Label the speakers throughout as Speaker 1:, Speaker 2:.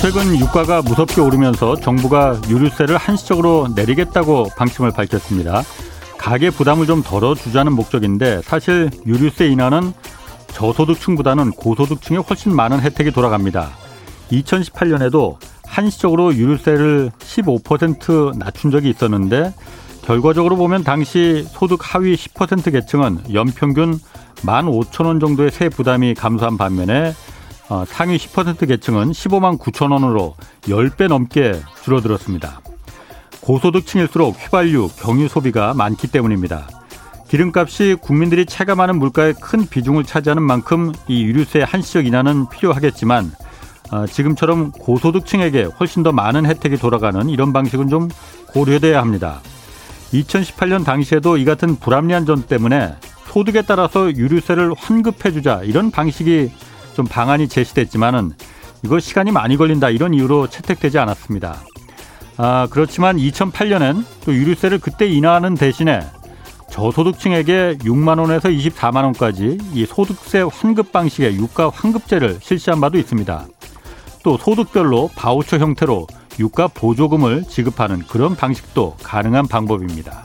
Speaker 1: 최근 유가가 무섭게 오르면서 정부가 유류세를 한시적으로 내리겠다고 방침을 밝혔습니다. 가계 부담을 좀 덜어주자는 목적인데 사실 유류세 인하는 저소득층보다는 고소득층에 훨씬 많은 혜택이 돌아갑니다. 2018년에도 한시적으로 유류세를 15% 낮춘 적이 있었는데 결과적으로 보면 당시 소득 하위 10% 계층은 연평균 15,000원 정도의 세 부담이 감소한 반면에 어, 상위 10% 계층은 15만 9천 원으로 10배 넘게 줄어들었습니다. 고소득층일수록 휘발유, 경유 소비가 많기 때문입니다. 기름값이 국민들이 체감하는 물가에 큰 비중을 차지하는 만큼 이 유류세 한시적 인하는 필요하겠지만 어, 지금처럼 고소득층에게 훨씬 더 많은 혜택이 돌아가는 이런 방식은 좀 고려돼야 합니다. 2018년 당시에도 이 같은 불합리한 점 때문에 소득에 따라서 유류세를 환급해주자 이런 방식이 좀 방안이 제시됐지만은 이거 시간이 많이 걸린다 이런 이유로 채택되지 않았습니다. 아, 그렇지만 2008년엔 또 유류세를 그때 인하하는 대신에 저소득층에게 6만 원에서 24만 원까지 이 소득세 환급 방식의 유가 환급제를 실시한 바도 있습니다. 또 소득별로 바우처 형태로 유가 보조금을 지급하는 그런 방식도 가능한 방법입니다.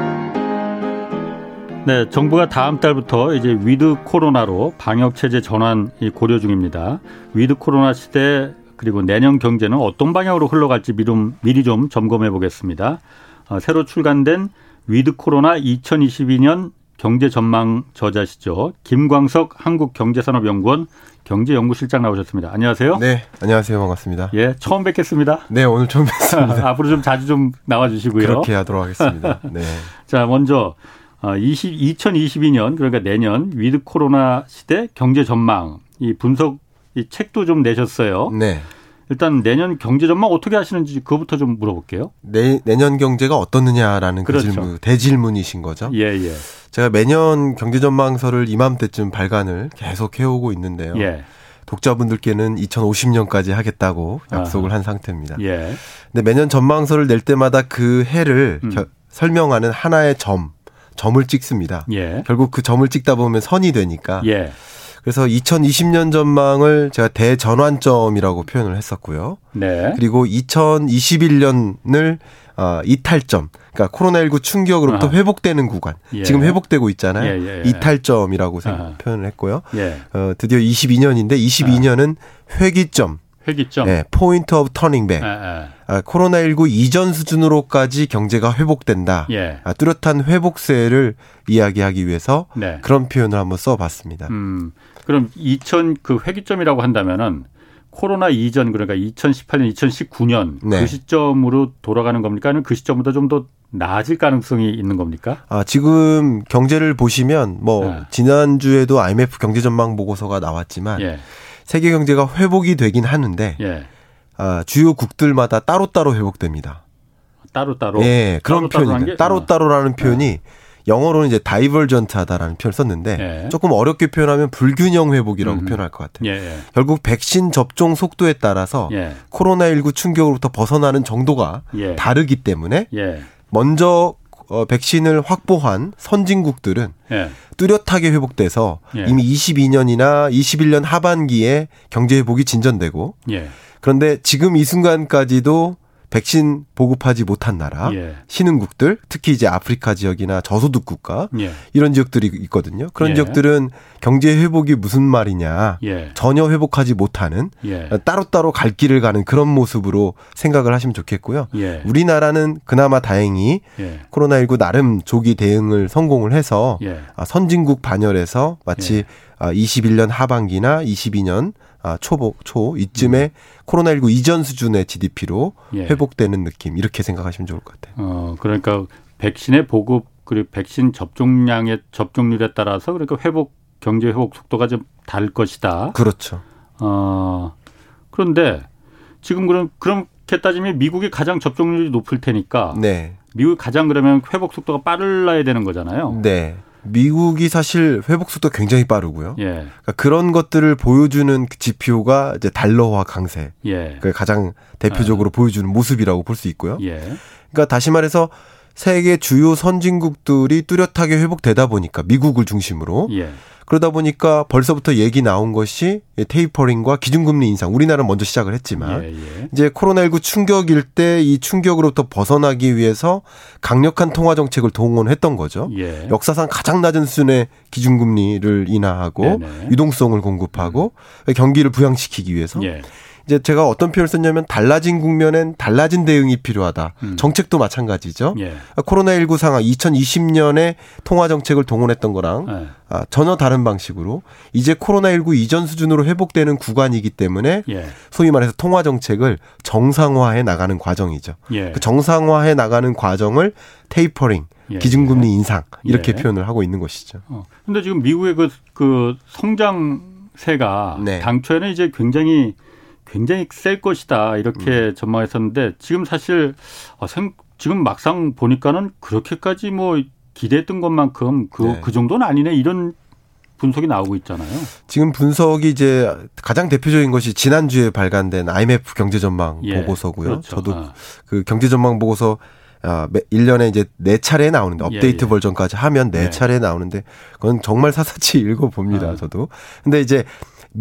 Speaker 1: 네, 정부가 다음 달부터 이제 위드 코로나로 방역 체제 전환 고려 중입니다. 위드 코로나 시대 그리고 내년 경제는 어떤 방향으로 흘러갈지 미름, 미리 좀 점검해 보겠습니다. 어, 새로 출간된 위드 코로나 2022년 경제 전망 저자시죠. 김광석 한국경제산업연구원 경제연구실장 나오셨습니다. 안녕하세요.
Speaker 2: 네, 안녕하세요. 반갑습니다.
Speaker 1: 예, 아, 처음 뵙겠습니다.
Speaker 2: 네, 오늘 처음 뵙습니다.
Speaker 1: 앞으로 좀 자주 좀 나와 주시고요.
Speaker 2: 그렇게 하도록 하겠습니다. 네.
Speaker 1: 자, 먼저 20, 2022년 그러니까 내년 위드 코로나 시대 경제 전망 이 분석 이 책도 좀 내셨어요.
Speaker 2: 네.
Speaker 1: 일단 내년 경제 전망 어떻게 하시는지 그거부터 좀 물어볼게요.
Speaker 2: 내, 내년 경제가 어떻느냐라는 그렇죠. 그 질문, 대질문이신 거죠.
Speaker 1: 예, 예.
Speaker 2: 제가 매년 경제 전망서를 이맘때쯤 발간을 계속 해오고 있는데요.
Speaker 1: 예.
Speaker 2: 독자분들께는 2050년까지 하겠다고 약속을
Speaker 1: 아하.
Speaker 2: 한 상태입니다.
Speaker 1: 예.
Speaker 2: 근데 매년 전망서를 낼 때마다 그 해를 음. 겨, 설명하는 하나의 점, 점을 찍습니다.
Speaker 1: 예.
Speaker 2: 결국 그 점을 찍다 보면 선이 되니까.
Speaker 1: 예.
Speaker 2: 그래서 2020년 전망을 제가 대전환점이라고 표현을 했었고요.
Speaker 1: 네.
Speaker 2: 그리고 2021년을 어, 이탈점. 그러니까 코로나19 충격으로부터
Speaker 1: 아하.
Speaker 2: 회복되는 구간.
Speaker 1: 예.
Speaker 2: 지금 회복되고 있잖아요.
Speaker 1: 예, 예, 예.
Speaker 2: 이탈점이라고 생각-
Speaker 1: 아하.
Speaker 2: 표현을 했고요.
Speaker 1: 예.
Speaker 2: 어, 드디어 22년인데 22년은 회기점.
Speaker 1: 회기점.
Speaker 2: 예, 포인트 오브 터닝 백.
Speaker 1: 아, 아.
Speaker 2: 아, 코로나19 이전 수준으로까지 경제가 회복된다.
Speaker 1: 예.
Speaker 2: 아, 뚜렷한 회복세를 이야기하기 위해서
Speaker 1: 네.
Speaker 2: 그런 표현을 한번 써봤습니다.
Speaker 1: 음. 그럼 2000 그 회기점이라고 한다면은 코로나 이전 그러니까 2018년, 2019년
Speaker 2: 네.
Speaker 1: 그 시점으로 돌아가는 겁니까? 아니면 그 시점보다 좀 더 나아질 가능성이 있는 겁니까?
Speaker 2: 아, 지금 경제를 보시면 뭐
Speaker 1: 네.
Speaker 2: 지난주에도 IMF 경제 전망 보고서가 나왔지만
Speaker 1: 예.
Speaker 2: 세계 경제가 회복이 되긴 하는데
Speaker 1: 예.
Speaker 2: 아, 주요 국들마다 따로따로 회복됩니다.
Speaker 1: 따로 따로. 아.
Speaker 2: 예, 그런 표현이 따로따로라는 표현이 영어로는 이제 다이버전트하다라는 표현을 썼는데
Speaker 1: 네.
Speaker 2: 조금 어렵게 표현하면 불균형 회복이라고
Speaker 1: 음.
Speaker 2: 표현할 것 같아요.
Speaker 1: 예, 예.
Speaker 2: 결국 백신 접종 속도에 따라서
Speaker 1: 예.
Speaker 2: 코로나19 충격으로부터 벗어나는 정도가
Speaker 1: 예.
Speaker 2: 다르기 때문에
Speaker 1: 예.
Speaker 2: 먼저 어, 백신을 확보한 선진국들은
Speaker 1: 예.
Speaker 2: 뚜렷하게 회복돼서
Speaker 1: 예.
Speaker 2: 이미 22년이나 21년 하반기에 경제 회복이 진전되고
Speaker 1: 예.
Speaker 2: 그런데 지금 이 순간까지도 백신 보급하지 못한 나라
Speaker 1: 예.
Speaker 2: 신흥국들 특히 이제 아프리카 지역이나 저소득 국가
Speaker 1: 예.
Speaker 2: 이런 지역들이 있거든요. 그런
Speaker 1: 예.
Speaker 2: 지역들은 경제 회복이 무슨 말이냐
Speaker 1: 예.
Speaker 2: 전혀 회복하지 못하는
Speaker 1: 예.
Speaker 2: 따로따로 갈 길을 가는 그런 모습으로 생각을 하시면 좋겠고요.
Speaker 1: 예.
Speaker 2: 우리나라는 그나마 다행히
Speaker 1: 예.
Speaker 2: 코로나19 나름 조기 대응을 성공을 해서
Speaker 1: 예.
Speaker 2: 아, 선진국 반열에서 마치 아, 21년 하반기나 22년 아, 초보, 초 이쯤에 코로나19 이전 수준의 GDP로
Speaker 1: 음. 예.
Speaker 2: 회복되는 느낌 이렇게 생각하시면 좋을 것 같아요.
Speaker 1: 어, 그러니까 백신의 보급 그리고 백신 접종량의 접종률에 따라서 그러니까 회복 경제 회복 속도가 좀 어. 다를 것이다.
Speaker 2: 그렇죠.
Speaker 1: 어, 그런데 지금 그럼 그럼 이렇게 따지면 미국이 가장 접종률이 높을 테니까
Speaker 2: 네.
Speaker 1: 미국이 가장 그러면 회복 속도가 빠르라야 되는 거잖아요.
Speaker 2: 네. 미국이 사실 회복 속도 굉장히 빠르고요.
Speaker 1: 예.
Speaker 2: 그러니까 그런 것들을 보여주는 그 지표가 이제 달러화 강세.
Speaker 1: 예. 아.
Speaker 2: 그 가장 대표적으로 보여주는 모습이라고 볼 수 있고요.
Speaker 1: 예.
Speaker 2: 그러니까 다시 말해서 세계 주요 선진국들이 뚜렷하게 회복되다 보니까 미국을 중심으로
Speaker 1: 예.
Speaker 2: 그러다 보니까 벌써부터 얘기 나온 것이 이 테이퍼링과 기준금리 인상. 우리나라는 먼저 시작을 했지만
Speaker 1: 예. 예.
Speaker 2: 이제 코로나19 충격일 때 이 충격으로부터 벗어나기 위해서 강력한 통화 정책을 동원했던 거죠.
Speaker 1: 예.
Speaker 2: 역사상 가장 낮은 수준의 기준금리를 인하하고
Speaker 1: 네네. 음.
Speaker 2: 유동성을 공급하고 경기를 부양시키기 위해서
Speaker 1: 예.
Speaker 2: 이제 제가 어떤 표현을 썼냐면 달라진 국면엔 달라진 대응이 필요하다.
Speaker 1: 음.
Speaker 2: 정책도 마찬가지죠.
Speaker 1: 예.
Speaker 2: 코로나19 상황 2020년에 통화 정책을 동원했던 거랑
Speaker 1: 예.
Speaker 2: 아, 전혀 다른 방식으로 이제 코로나19 이전 수준으로 회복되는 구간이기 때문에
Speaker 1: 예.
Speaker 2: 소위 말해서 통화 정책을 정상화해 나가는 과정이죠.
Speaker 1: 예.
Speaker 2: 그 정상화해 나가는 과정을 테이퍼링,
Speaker 1: 예.
Speaker 2: 기준금리 인상 이렇게
Speaker 1: 예.
Speaker 2: 표현을 하고 있는 것이죠.
Speaker 1: 어. 근데 지금 미국의 그, 그 성장세가
Speaker 2: 네.
Speaker 1: 당초에는 이제 굉장히 굉장히 셀 것이다 이렇게
Speaker 2: 음.
Speaker 1: 전망했었는데 지금 사실 어, 생, 지금 막상 보니까는 그렇게까지 뭐 기대했던 것만큼 그,
Speaker 2: 네.
Speaker 1: 그 정도는 아니네 이런 분석이 나오고 있잖아요.
Speaker 2: 지금 분석이 이제 가장 대표적인 것이 지난주에 발간된 IMF 경제 전망
Speaker 1: 예.
Speaker 2: 보고서고요.
Speaker 1: 그렇죠.
Speaker 2: 저도
Speaker 1: 아,
Speaker 2: 그 경제 전망 보고서 아, 매- 1년에 이제 네차례 나오는데
Speaker 1: 예,
Speaker 2: 업데이트
Speaker 1: 예.
Speaker 2: 버전까지 하면
Speaker 1: 네.
Speaker 2: 네차례 나오는데 그건 정말 사사치 읽어 봅니다.
Speaker 1: 아.
Speaker 2: 저도. 근데 이제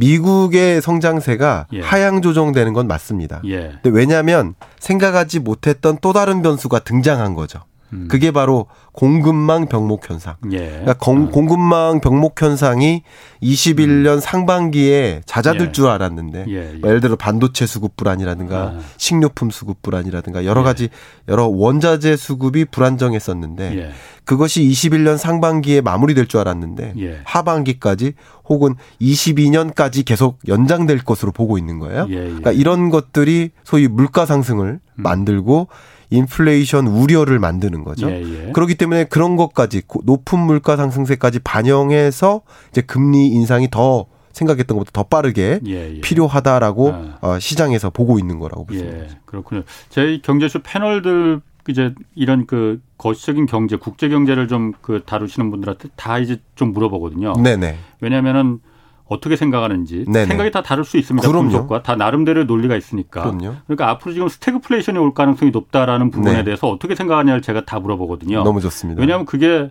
Speaker 2: 미국의 성장세가
Speaker 1: 예.
Speaker 2: 하향 조정되는 건 맞습니다.
Speaker 1: 예.
Speaker 2: 근데 왜냐하면 생각하지 못했던 또 다른 변수가 등장한 거죠.
Speaker 1: 음.
Speaker 2: 그게 바로 공급망 병목 현상.
Speaker 1: 예.
Speaker 2: 그러니까 공, 공급망 병목 현상이 21년 상반기에 잦아들
Speaker 1: 음. 예.
Speaker 2: 줄 알았는데
Speaker 1: 예. 예.
Speaker 2: 뭐 예를 들어 반도체 수급 불안이라든가
Speaker 1: 아.
Speaker 2: 식료품 수급 불안이라든가 여러
Speaker 1: 예.
Speaker 2: 가지 여러 원자재 수급이 불안정했었는데
Speaker 1: 예.
Speaker 2: 그것이 21년 상반기에 마무리될 줄 알았는데
Speaker 1: 예.
Speaker 2: 하반기까지 혹은 22년까지 계속 연장될 것으로 보고 있는 거예요.
Speaker 1: 예, 음. 예.
Speaker 2: 그러니까 이런 것들이 소위 물가 상승을 만들고 인플레이션 우려를 만드는 거죠.
Speaker 1: 예, 예.
Speaker 2: 그렇기 때문에 그런 것까지 고- 높은 물가 상승세까지 반영해서 이제 금리 인상이 더 생각했던 것보다 더 빠르게
Speaker 1: 예, 예.
Speaker 2: 필요하다라고
Speaker 1: 아.
Speaker 2: 어, 시장에서 보고 있는 거라고 보시면
Speaker 1: 예, 그렇군요. 저희 경제쇼 패널들 이제 이런 그 거시적인 경제, 국제 경제를 좀 그 다루시는 분들한테 다 이제 좀 물어보거든요.
Speaker 2: 네네.
Speaker 1: 왜냐하면은 어떻게 생각하는지
Speaker 2: 네네.
Speaker 1: 생각이 다 다를 수 있습니다.
Speaker 2: 그럼요.
Speaker 1: 분석과 다 나름대로 논리가 있으니까.
Speaker 2: 그럼요.
Speaker 1: 러니까 앞으로 지금 스태그플레이션이 올 가능성이 높다라는 부분에
Speaker 2: 네.
Speaker 1: 대해서 어떻게 생각하냐를 제가 다 물어보거든요.
Speaker 2: 너무 좋습니다.
Speaker 1: 왜냐하면 그게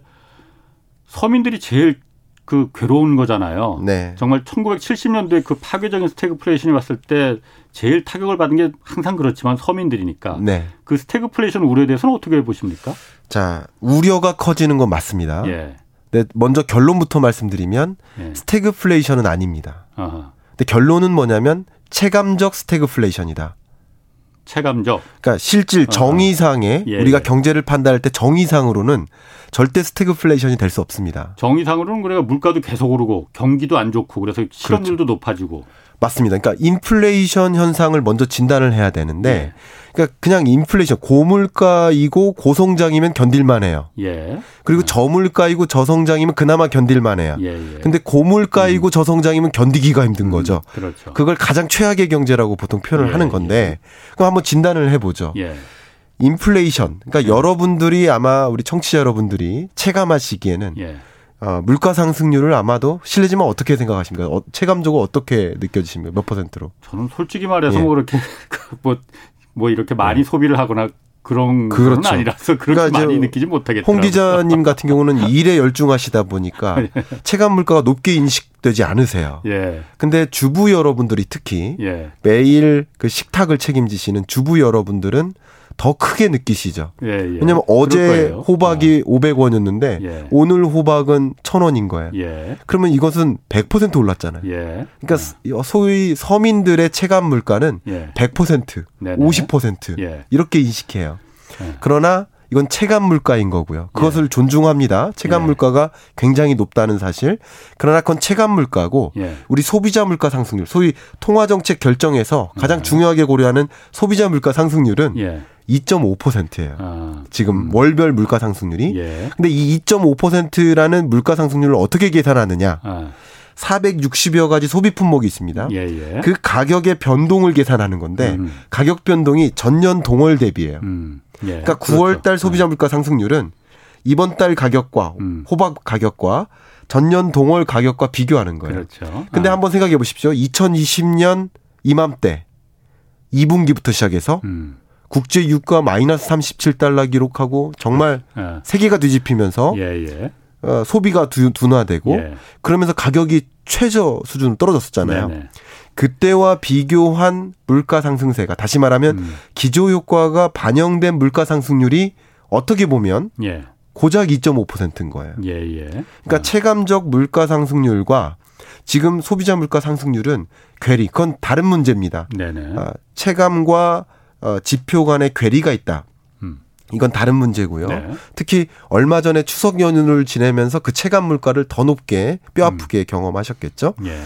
Speaker 1: 서민들이 제일 그 괴로운 거잖아요.
Speaker 2: 네.
Speaker 1: 정말 1970년도에 그 파괴적인 스태그플레이션이 왔을 때 제일 타격을 받은 게 항상 그렇지만 서민들이니까
Speaker 2: 네.
Speaker 1: 그 스태그플레이션 우려에 대해서는 어떻게 보십니까?
Speaker 2: 자, 우려가 커지는 건 맞습니다.
Speaker 1: 예.
Speaker 2: 근데 먼저 결론부터 말씀드리면
Speaker 1: 예.
Speaker 2: 스태그플레이션은 아닙니다.
Speaker 1: 아하.
Speaker 2: 근데 결론은 뭐냐면 체감적 스태그플레이션이다.
Speaker 1: 체감적.
Speaker 2: 그러니까 실질
Speaker 1: 아.
Speaker 2: 정의상에
Speaker 1: 예,
Speaker 2: 우리가
Speaker 1: 예.
Speaker 2: 경제를 판단할 때 정의상으로는 절대 스태그플레이션이 될 수 없습니다.
Speaker 1: 정의상으로는 그래가 물가도 계속 오르고 경기도 안 좋고 그래서
Speaker 2: 그렇죠.
Speaker 1: 실업률도 높아지고.
Speaker 2: 맞습니다. 그러니까 인플레이션 현상을 먼저 진단을 해야 되는데
Speaker 1: 예.
Speaker 2: 그러니까 그냥 인플레이션 고물가이고 고성장이면 견딜만 해요.
Speaker 1: 예.
Speaker 2: 그리고 저물가이고 저성장이면 그나마 견딜만 해요.
Speaker 1: 예. 음. 예.
Speaker 2: 근데 고물가이고 저성장이면 견디기가 힘든 거죠.
Speaker 1: 그렇죠.
Speaker 2: 그걸 가장 최악의 경제라고 보통 표현을
Speaker 1: 예,
Speaker 2: 하는 건데 그럼 한번 진단을 해보죠.
Speaker 1: 예.
Speaker 2: 인플레이션. 그러니까 여러분들이 아마 우리 청취자 여러분들이 체감하시기에는
Speaker 1: 예.
Speaker 2: 어, 물가 상승률을 아마도 실례지만 어떻게 생각하십니까? 어, 체감적으로 어떻게 느껴지십니까? 몇 퍼센트로?
Speaker 1: 저는 솔직히 말해서
Speaker 2: 예.
Speaker 1: 뭐 그렇게 뭐뭐 뭐 이렇게 많이 소비를 하거나 그런 건
Speaker 2: 그렇죠.
Speaker 1: 아니라서 그렇게
Speaker 2: 그러니까 이제
Speaker 1: 많이 느끼지 못하겠더라고요.
Speaker 2: 홍 기자님 같은 경우는 일에 열중하시다 보니까 체감 물가가 높게 인식되지 않으세요.
Speaker 1: 예.
Speaker 2: 근데 주부 여러분들이 특히
Speaker 1: 예.
Speaker 2: 매일 그 식탁을 책임지시는 주부 여러분들은 더 크게 느끼시죠.
Speaker 1: 예. 예.
Speaker 2: 왜냐면
Speaker 1: 그럴
Speaker 2: 어제
Speaker 1: 거예요.
Speaker 2: 호박이 500원이었는데
Speaker 1: 예.
Speaker 2: 오늘 호박은 1000원인 거예요.
Speaker 1: 어. 예.
Speaker 2: 그러면 이것은 100% 올랐잖아요.
Speaker 1: 예.
Speaker 2: 그러니까 소위 서민들의 체감 물가는
Speaker 1: 예.
Speaker 2: 100%,
Speaker 1: 네네.
Speaker 2: 50%
Speaker 1: 예.
Speaker 2: 이렇게 인식해요.
Speaker 1: 예.
Speaker 2: 그러나 이건 체감 물가인 거고요. 그것을 존중합니다. 체감
Speaker 1: 예.
Speaker 2: 물가가 굉장히 높다는 사실. 그러나 그건 체감 물가고
Speaker 1: 예.
Speaker 2: 우리 소비자 물가 상승률, 소위 통화 정책 결정에서 가장 중요하게 고려하는 소비자 물가 상승률은
Speaker 1: 네. 예.
Speaker 2: 2.5%예요.
Speaker 1: 아.
Speaker 2: 지금 월별 물가 상승률이.
Speaker 1: 예.
Speaker 2: 근데 이 2.5%라는 물가 상승률을 어떻게 계산하느냐?
Speaker 1: 아.
Speaker 2: 460여 가지 소비 품목이 있습니다.
Speaker 1: 예, 예.
Speaker 2: 그 가격의 변동을 계산하는 건데
Speaker 1: 음.
Speaker 2: 가격 변동이 전년 동월 대비예요.
Speaker 1: 음, 예.
Speaker 2: 그러니까
Speaker 1: 그렇죠.
Speaker 2: 9월 달 소비자 물가 상승률은 이번 달 가격과
Speaker 1: 음.
Speaker 2: 호박 가격과 전년 동월 가격과 비교하는 거예요.
Speaker 1: 그렇죠.
Speaker 2: 근데
Speaker 1: 아,
Speaker 2: 한번 생각해 보십시오. 2020년 이맘때 2분기부터 시작해서
Speaker 1: 음,
Speaker 2: 국제 유가 마이너스 37달러 기록하고 정말
Speaker 1: 아,
Speaker 2: 세계가 뒤집히면서
Speaker 1: 예, 예.
Speaker 2: 어, 소비가 두- 둔화되고
Speaker 1: 예.
Speaker 2: 그러면서 가격이 최저 수준으로 떨어졌었잖아요.
Speaker 1: 네네.
Speaker 2: 그때와 비교한 물가 상승세가 다시 말하면
Speaker 1: 음,
Speaker 2: 기조 효과가 반영된 물가 상승률이 어떻게 보면
Speaker 1: 예,
Speaker 2: 고작 2.5%인 거예요.
Speaker 1: 예, 예.
Speaker 2: 그러니까 체감적 물가 상승률과 지금 소비자 물가 상승률은 괴리 그건 다른 문제입니다.
Speaker 1: 네네.
Speaker 2: 아, 체감과 어, 지표 간의 괴리가 있다.
Speaker 1: 음.
Speaker 2: 이건 다른 문제고요.
Speaker 1: 네.
Speaker 2: 특히 얼마 전에 추석 연휴를 지내면서 그 체감 물가를 더 높게 뼈
Speaker 1: 음.
Speaker 2: 아프게 경험하셨겠죠.
Speaker 1: 예.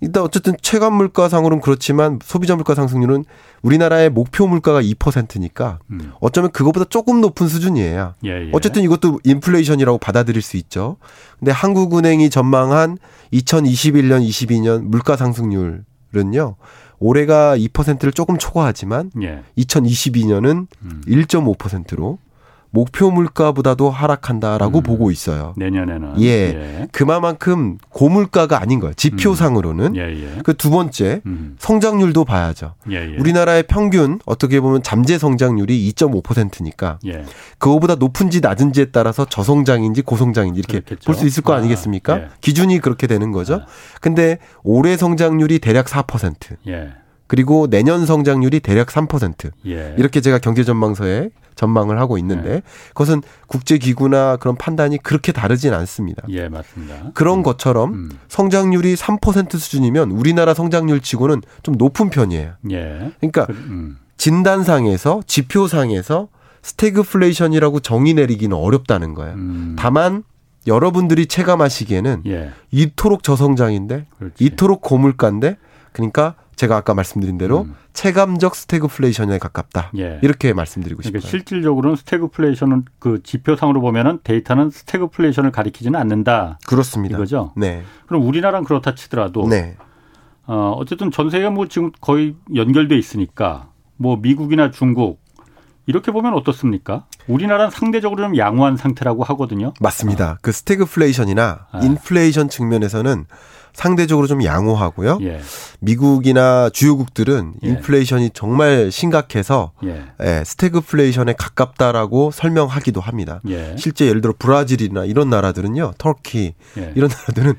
Speaker 2: 일단 어쨌든 체감 물가상으로는 그렇지만 소비자 물가 상승률은 우리나라의 목표 물가가 2%니까
Speaker 1: 음,
Speaker 2: 어쩌면 그것보다 조금 높은 수준이에요.
Speaker 1: 예, 예.
Speaker 2: 어쨌든 이것도 인플레이션이라고 받아들일 수 있죠. 근데 한국은행이 전망한 2021년, 22년 물가 상승률은요. 올해가 2%를 조금 초과하지만
Speaker 1: 예.
Speaker 2: 2022년은
Speaker 1: 음.
Speaker 2: 1.5%로 목표 물가보다도 하락한다라고
Speaker 1: 음.
Speaker 2: 보고 있어요.
Speaker 1: 내년에는
Speaker 2: 예.
Speaker 1: 예,
Speaker 2: 그만큼 고물가가 아닌 거예요. 지표상으로는.
Speaker 1: 예, 예.
Speaker 2: 그 두 번째
Speaker 1: 음,
Speaker 2: 성장률도 봐야죠.
Speaker 1: 예, 예.
Speaker 2: 우리나라의 평균 어떻게 보면 잠재 성장률이 2.5%니까
Speaker 1: 예.
Speaker 2: 그거보다 높은지 낮은지에 따라서 저성장인지 고성장인지 이렇게
Speaker 1: 그렇겠죠.
Speaker 2: 볼 수 있을 거
Speaker 1: 아,
Speaker 2: 아니겠습니까?
Speaker 1: 예.
Speaker 2: 기준이 그렇게 되는 거죠.
Speaker 1: 아.
Speaker 2: 근데 올해 성장률이 대략 4%
Speaker 1: 예,
Speaker 2: 그리고 내년 성장률이 대략 3%
Speaker 1: 예.
Speaker 2: 이렇게 제가 경제 전망서에 전망을 하고 있는데 그것은 국제 기구나 그런 판단이 그렇게 다르진 않습니다.
Speaker 1: 예, 맞습니다.
Speaker 2: 그런 것처럼
Speaker 1: 음.
Speaker 2: 성장률이 3% 수준이면 우리나라 성장률치고는 좀 높은 편이에요.
Speaker 1: 예.
Speaker 2: 그러니까
Speaker 1: 그, 음.
Speaker 2: 진단상에서 지표상에서 스태그플레이션이라고 정의 내리기는 어렵다는 거예요.
Speaker 1: 음.
Speaker 2: 다만 여러분들이 체감하시기에는
Speaker 1: 예.
Speaker 2: 이토록 저성장인데
Speaker 1: 그렇지.
Speaker 2: 이토록 고물가인데 그러니까 제가 아까 말씀드린 대로
Speaker 1: 음.
Speaker 2: 체감적 스태그플레이션에 가깝다.
Speaker 1: 예.
Speaker 2: 이렇게 말씀드리고 싶어요.
Speaker 1: 그러니까 실질적으로는 스태그플레이션은 그 지표상으로 보면은 데이터는 스태그플레이션을 가리키지는 않는다
Speaker 2: 그렇습니다.
Speaker 1: 이거죠.
Speaker 2: 네.
Speaker 1: 그럼 우리나라는 그렇다 치더라도
Speaker 2: 네.
Speaker 1: 어, 어쨌든 전 세계가 뭐 지금 거의 연결돼 있으니까 뭐 미국이나 중국 이렇게 보면 어떻습니까? 우리나라는 상대적으로 좀 양호한 상태라고 하거든요.
Speaker 2: 맞습니다. 그 스태그플레이션이나
Speaker 1: 아.
Speaker 2: 인플레이션 측면에서는 상대적으로 좀 양호하고요.
Speaker 1: 예,
Speaker 2: 미국이나 주요국들은
Speaker 1: 예.
Speaker 2: 인플레이션이 정말 심각해서
Speaker 1: 예,
Speaker 2: 예, 스태그플레이션에 가깝다라고 설명하기도 합니다.
Speaker 1: 예,
Speaker 2: 실제 예를 들어 브라질이나 이런 나라들은요, 터키
Speaker 1: 예.
Speaker 2: 이런 나라들은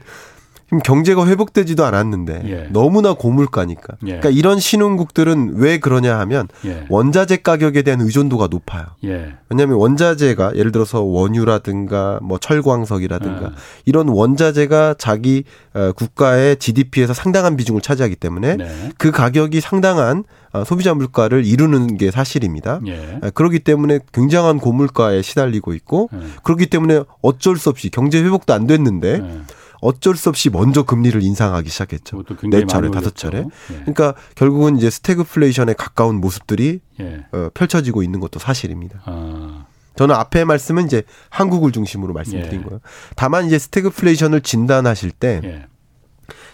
Speaker 2: 지금 경제가 회복되지도 않았는데
Speaker 1: 예.
Speaker 2: 너무나 고물가니까.
Speaker 1: 예.
Speaker 2: 그러니까 이런 신흥국들은 왜 그러냐 하면
Speaker 1: 예,
Speaker 2: 원자재 가격에 대한 의존도가 높아요.
Speaker 1: 예,
Speaker 2: 왜냐하면 원자재가 예를 들어서 원유라든가 뭐 철광석이라든가
Speaker 1: 아.
Speaker 2: 이런 원자재가 자기 어, 국가의 GDP에서 상당한 비중을 차지하기 때문에
Speaker 1: 네,
Speaker 2: 그 가격이 상당한 어, 소비자 물가를 이루는 게 사실입니다.
Speaker 1: 예.
Speaker 2: 아, 그렇기 때문에 굉장한 고물가에 시달리고 있고
Speaker 1: 음.
Speaker 2: 그렇기 때문에 어쩔 수 없이 경제 회복도 안 됐는데
Speaker 1: 예.
Speaker 2: 어쩔 수 없이 먼저 금리를 인상하기 시작했죠.
Speaker 1: 그것도 굉장히
Speaker 2: 네 차례,
Speaker 1: 많이
Speaker 2: 다섯 차례.
Speaker 1: 올렸죠.
Speaker 2: 그러니까 결국은 이제 스태그플레이션에 가까운 모습들이
Speaker 1: 예, 예.
Speaker 2: 어, 펼쳐지고 있는 것도 사실입니다.
Speaker 1: 아,
Speaker 2: 저는 앞에 말씀은 이제 한국을 중심으로 말씀드린
Speaker 1: 예.
Speaker 2: 거예요. 다만 이제 스태그플레이션을 진단하실 때
Speaker 1: 예.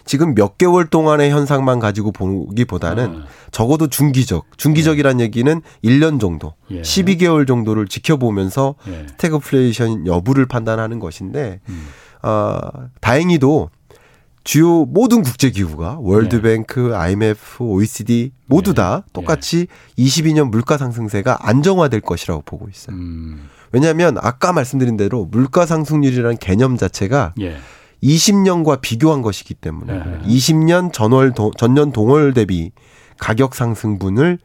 Speaker 2: 지금 몇 개월 동안의 현상만 가지고 보기보다는
Speaker 1: 아.
Speaker 2: 적어도 중기적, 중기적이란 얘기는 1년 정도,
Speaker 1: 예.
Speaker 2: 12개월 정도를 지켜보면서
Speaker 1: 예.
Speaker 2: 스태그플레이션 여부를 판단하는 것인데
Speaker 1: 음.
Speaker 2: 어, 다행히도 주요 모든 국제기구가
Speaker 1: 네.
Speaker 2: 월드뱅크, IMF, OECD 모두
Speaker 1: 예.
Speaker 2: 다 똑같이 22년 물가 상승세가 안정화될 것이라고 보고 있어요.
Speaker 1: 음.
Speaker 2: 왜냐하면 아까 말씀드린 대로 물가 상승률이라는 개념 자체가
Speaker 1: 예.
Speaker 2: 20년과 비교한 것이기 때문에
Speaker 1: 네.
Speaker 2: 20년 전월 도- 전년 동월 대비 가격 상승분을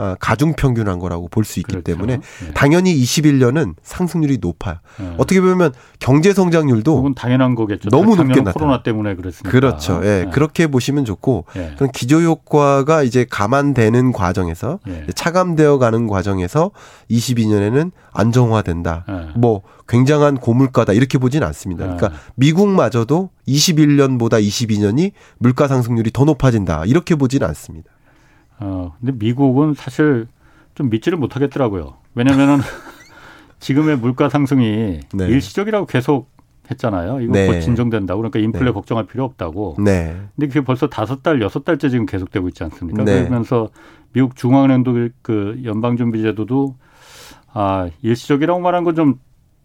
Speaker 2: 아, 가중 평균한 거라고 볼 수 있기
Speaker 1: 그렇죠.
Speaker 2: 때문에
Speaker 1: 예.
Speaker 2: 당연히 21년은 상승률이 높아요.
Speaker 1: 예.
Speaker 2: 어떻게 보면 경제 성장률도
Speaker 1: 그건 당연한 거겠죠.
Speaker 2: 너무
Speaker 1: 작년은
Speaker 2: 높게 나타나.
Speaker 1: 코로나 때문에 그랬으니까.
Speaker 2: 그렇죠. 예,
Speaker 1: 네.
Speaker 2: 그렇게 보시면 좋고
Speaker 1: 예.
Speaker 2: 그런 기조 효과가 이제 감안되는 과정에서
Speaker 1: 예.
Speaker 2: 차감되어 가는 과정에서 22년에는 안정화된다.
Speaker 1: 예.
Speaker 2: 뭐 굉장한 고물가다 이렇게 보진 않습니다.
Speaker 1: 아.
Speaker 2: 그러니까 미국마저도 21년보다 22년이 물가 상승률이 더 높아진다 이렇게 보진 않습니다.
Speaker 1: 어, 근데 미국은 사실 좀 믿지를 못하겠더라고요. 왜냐면은 지금의 물가 상승이
Speaker 2: 네.
Speaker 1: 일시적이라고 계속 했잖아요. 이거
Speaker 2: 네.
Speaker 1: 곧 진정된다고 그러니까 인플레
Speaker 2: 네.
Speaker 1: 걱정할 필요 없다고.
Speaker 2: 네.
Speaker 1: 근데 그게 벌써 다섯 달, 여섯 달째 지금 계속되고 있지 않습니까?
Speaker 2: 네.
Speaker 1: 그러면서 미국 중앙은행도 그 연방준비제도도 아 일시적이라고 말한 건 좀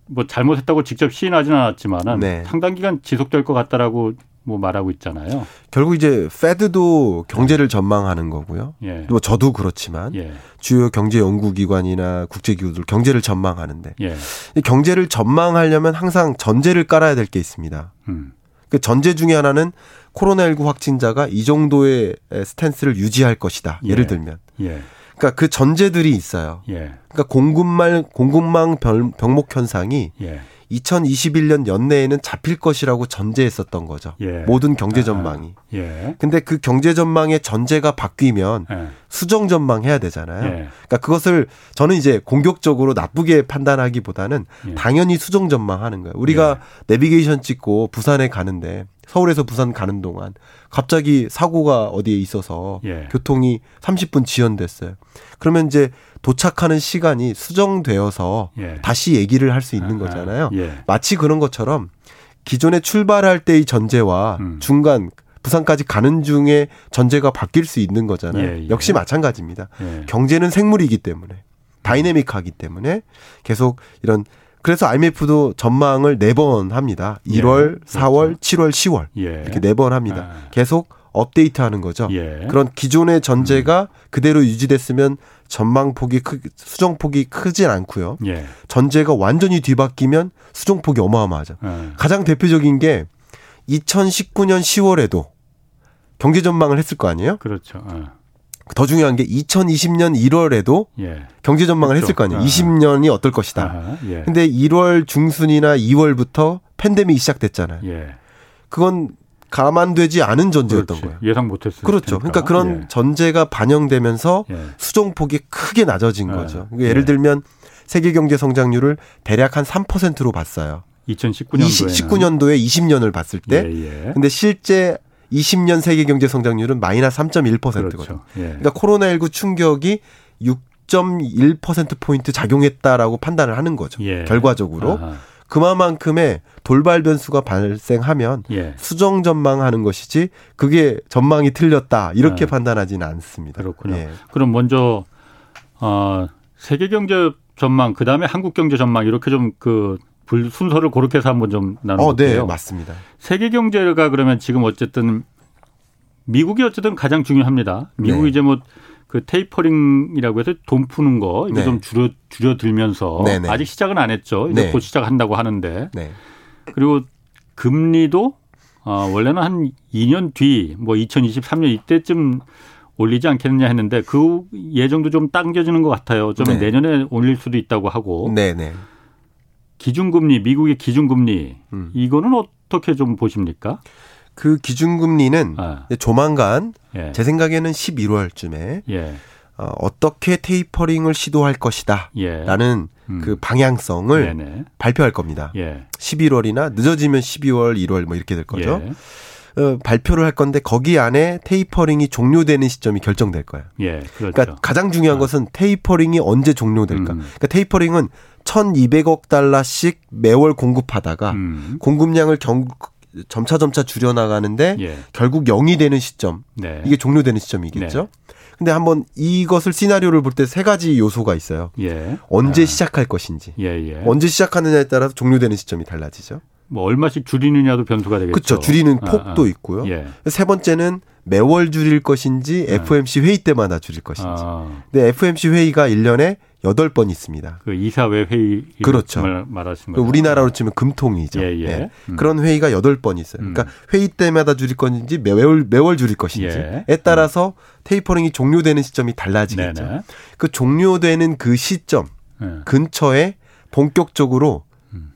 Speaker 1: 뭐 잘못했다고 직접 시인하지는 않았지만은
Speaker 2: 네.
Speaker 1: 상당 기간 지속될 것 같다라고 뭐 말하고 있잖아요.
Speaker 2: 결국 이제 페드도
Speaker 1: 네.
Speaker 2: 경제를 전망하는 거고요.
Speaker 1: 예,
Speaker 2: 뭐 저도 그렇지만
Speaker 1: 예,
Speaker 2: 주요 경제 연구기관이나 국제기구들 경제를 전망하는데
Speaker 1: 예,
Speaker 2: 이 경제를 전망하려면 항상 전제를 깔아야 될 게 있습니다.
Speaker 1: 음,
Speaker 2: 그 전제 중에 하나는 코로나19 확진자가 이 정도의 스탠스를 유지할 것이다.
Speaker 1: 예.
Speaker 2: 예를 들면.
Speaker 1: 예,
Speaker 2: 그러니까 그 전제들이 있어요.
Speaker 1: 예,
Speaker 2: 그러니까 공급망 공급망 병- 병목 현상이
Speaker 1: 예,
Speaker 2: 2021년 연내에는 잡힐 것이라고 전제했었던 거죠.
Speaker 1: 예.
Speaker 2: 모든 경제 전망이.
Speaker 1: 예, 예,
Speaker 2: 근데 그 경제 전망의 전제가 바뀌면 수정 전망 해야 되잖아요.
Speaker 1: 예.
Speaker 2: 그러니까 그것을 저는 이제 공격적으로 나쁘게 판단하기보다는
Speaker 1: 예.
Speaker 2: 당연히 수정 전망하는 거예요. 우리가 내비게이션 찍고 부산에 가는데 서울에서 부산 가는 동안 갑자기 사고가 어디에 있어서
Speaker 1: 예.
Speaker 2: 교통이 30분 지연됐어요. 그러면 이제 도착하는 시간이 수정되어서
Speaker 1: 예.
Speaker 2: 다시 얘기를 할 수 있는 거잖아요.
Speaker 1: 예,
Speaker 2: 마치 그런 것처럼 기존에 출발할 때의 전제와
Speaker 1: 음.
Speaker 2: 중간 부산까지 가는 중에 전제가 바뀔 수 있는 거잖아요.
Speaker 1: 예, 예.
Speaker 2: 역시 마찬가지입니다.
Speaker 1: 예.
Speaker 2: 경제는 생물이기 때문에 다이내믹하기 때문에 계속 이런 그래서 IMF도 전망을 네 번 합니다.
Speaker 1: 예,
Speaker 2: 1월,
Speaker 1: 그렇죠.
Speaker 2: 4월, 7월, 10월
Speaker 1: 예.
Speaker 2: 이렇게 네 번 합니다.
Speaker 1: 아.
Speaker 2: 계속 업데이트하는 거죠.
Speaker 1: 예. 음.
Speaker 2: 그런 기존의 전제가 그대로 유지됐으면 전망 폭이 크, 수정 폭이 크진 않고요.
Speaker 1: 예.
Speaker 2: 전제가 완전히 뒤바뀌면 수정 폭이 어마어마하죠.
Speaker 1: 어,
Speaker 2: 가장 대표적인 게 2019년 10월에도 경제 전망을 했을 거 아니에요?
Speaker 1: 그렇죠. 어,
Speaker 2: 더 중요한 게 2020년 1월에도
Speaker 1: 예.
Speaker 2: 경제 전망을 했을 거 아니에요.
Speaker 1: 그렇죠.
Speaker 2: 20년이 어떨 것이다.
Speaker 1: 아하, 예.
Speaker 2: 근데 1월 중순이나 2월부터 팬데믹이 시작됐잖아요.
Speaker 1: 예.
Speaker 2: 그건 감안되지 않은 전제였던
Speaker 1: 그렇지.
Speaker 2: 거예요.
Speaker 1: 예상 못했을
Speaker 2: 그렇죠.
Speaker 1: 테니까.
Speaker 2: 그러니까 그런 전제가 반영되면서
Speaker 1: 예. 예.
Speaker 2: 수정폭이 크게 낮아진
Speaker 1: 아,
Speaker 2: 거죠.
Speaker 1: 예.
Speaker 2: 그러니까 예를 들면 세계 경제 성장률을 대략 한 3%로 봤어요.
Speaker 1: 2019년도에
Speaker 2: 19년도에 20년을 봤을 때
Speaker 1: 예, 예.
Speaker 2: 근데 실제 20년 세계 경제 성장률은 마이너스 3.1%거든요. 그러
Speaker 1: 그렇죠. 예.
Speaker 2: 니까 코로나19 충격이 6.1% 포인트 작용했다라고 판단을 하는 거죠.
Speaker 1: 예.
Speaker 2: 결과적으로
Speaker 1: 아하,
Speaker 2: 그만큼의 돌발 변수가 발생하면
Speaker 1: 예.
Speaker 2: 수정 전망하는 것이지 그게 전망이 틀렸다 이렇게
Speaker 1: 아.
Speaker 2: 판단하지는 않습니다.
Speaker 1: 그렇군요.
Speaker 2: 예.
Speaker 1: 그럼 먼저 어, 세계 경제 전망 그다음에 한국 경제 전망 이렇게 좀그 순서를 그렇게 해서 한번 좀 나눠
Speaker 2: 어, 네,
Speaker 1: 볼게요.
Speaker 2: 맞습니다.
Speaker 1: 세계 경제가 그러면 지금 어쨌든 미국이 어쨌든 가장 중요합니다. 미국이
Speaker 2: 네.
Speaker 1: 이제 뭐 그 테이퍼링이라고 해서 돈 푸는 거 이제
Speaker 2: 네.
Speaker 1: 좀 줄여 줄여들면서
Speaker 2: 네, 네.
Speaker 1: 아직 시작은 안 했죠. 이제
Speaker 2: 네.
Speaker 1: 곧 시작한다고 하는데
Speaker 2: 네,
Speaker 1: 그리고 금리도 어, 원래는 한 2년 뒤 뭐 2023년 이때쯤 올리지 않겠느냐 했는데 그 예정도 좀 당겨지는 것 같아요. 좀
Speaker 2: 네.
Speaker 1: 내년에 올릴 수도 있다고 하고
Speaker 2: 네, 네.
Speaker 1: 기준금리 미국의 기준금리
Speaker 2: 음.
Speaker 1: 이거는 어떻게 좀 보십니까?
Speaker 2: 그 기준금리는
Speaker 1: 아,
Speaker 2: 이제 조만간
Speaker 1: 예.
Speaker 2: 제 생각에는 11월쯤에
Speaker 1: 예,
Speaker 2: 어, 어떻게 테이퍼링을 시도할 것이다.
Speaker 1: 예.
Speaker 2: 라는
Speaker 1: 음.
Speaker 2: 그 방향성을
Speaker 1: 네네.
Speaker 2: 발표할 겁니다.
Speaker 1: 예.
Speaker 2: 11월이나 늦어지면 12월, 1월 뭐 이렇게 될 거죠. 어, 발표를 할 건데 거기 안에 테이퍼링이 종료되는 시점이 결정될 거예요.
Speaker 1: 예. 예. 그렇죠.
Speaker 2: 그러니까 가장 중요한
Speaker 1: 아.
Speaker 2: 것은 테이퍼링이 언제 종료될까.
Speaker 1: 음.
Speaker 2: 그러니까 테이퍼링은 1,200억 달러씩 매월 공급하다가
Speaker 1: 음.
Speaker 2: 공급량을 경- 점차 점차 줄여 나가는데
Speaker 1: 예.
Speaker 2: 결국 0이 되는 시점.
Speaker 1: 네.
Speaker 2: 네? 이게 종료되는 시점이겠죠. 근데 한번 이것을 시나리오를 볼 때 세 가지 요소가 있어요.
Speaker 1: 예.
Speaker 2: 언제
Speaker 1: 아.
Speaker 2: 시작할 것인지.
Speaker 1: 예, 예.
Speaker 2: 언제 시작하느냐에 따라서 종료되는 시점이 달라지죠.
Speaker 1: 뭐 얼마씩 줄이느냐도 변수가 되겠죠.
Speaker 2: 그렇죠. 줄이는
Speaker 1: 아,
Speaker 2: 폭도
Speaker 1: 아.
Speaker 2: 있고요.
Speaker 1: 예.
Speaker 2: 세 번째는 매월 줄일 것인지 FOMC 회의 때마다 줄일 것인지.
Speaker 1: 아.
Speaker 2: 근데 FOMC 회의가 1년에 8번 있습니다.
Speaker 1: 그 이사회 회의
Speaker 2: 그렇죠.
Speaker 1: 말, 말하신
Speaker 2: 그
Speaker 1: 거예요.
Speaker 2: 우리나라로 치면 금통이죠.
Speaker 1: 네.
Speaker 2: 네.
Speaker 1: 예, 예. 음.
Speaker 2: 그런 회의가 8번 있어요. 그러니까 회의 때마다 줄일 건지 매월 매월 줄일 것인지에
Speaker 1: 예.
Speaker 2: 따라서 테이퍼링이 종료되는 시점이
Speaker 1: 네네.
Speaker 2: 달라지겠죠. 그 종료되는 그 시점
Speaker 1: 예.
Speaker 2: 근처에 본격적으로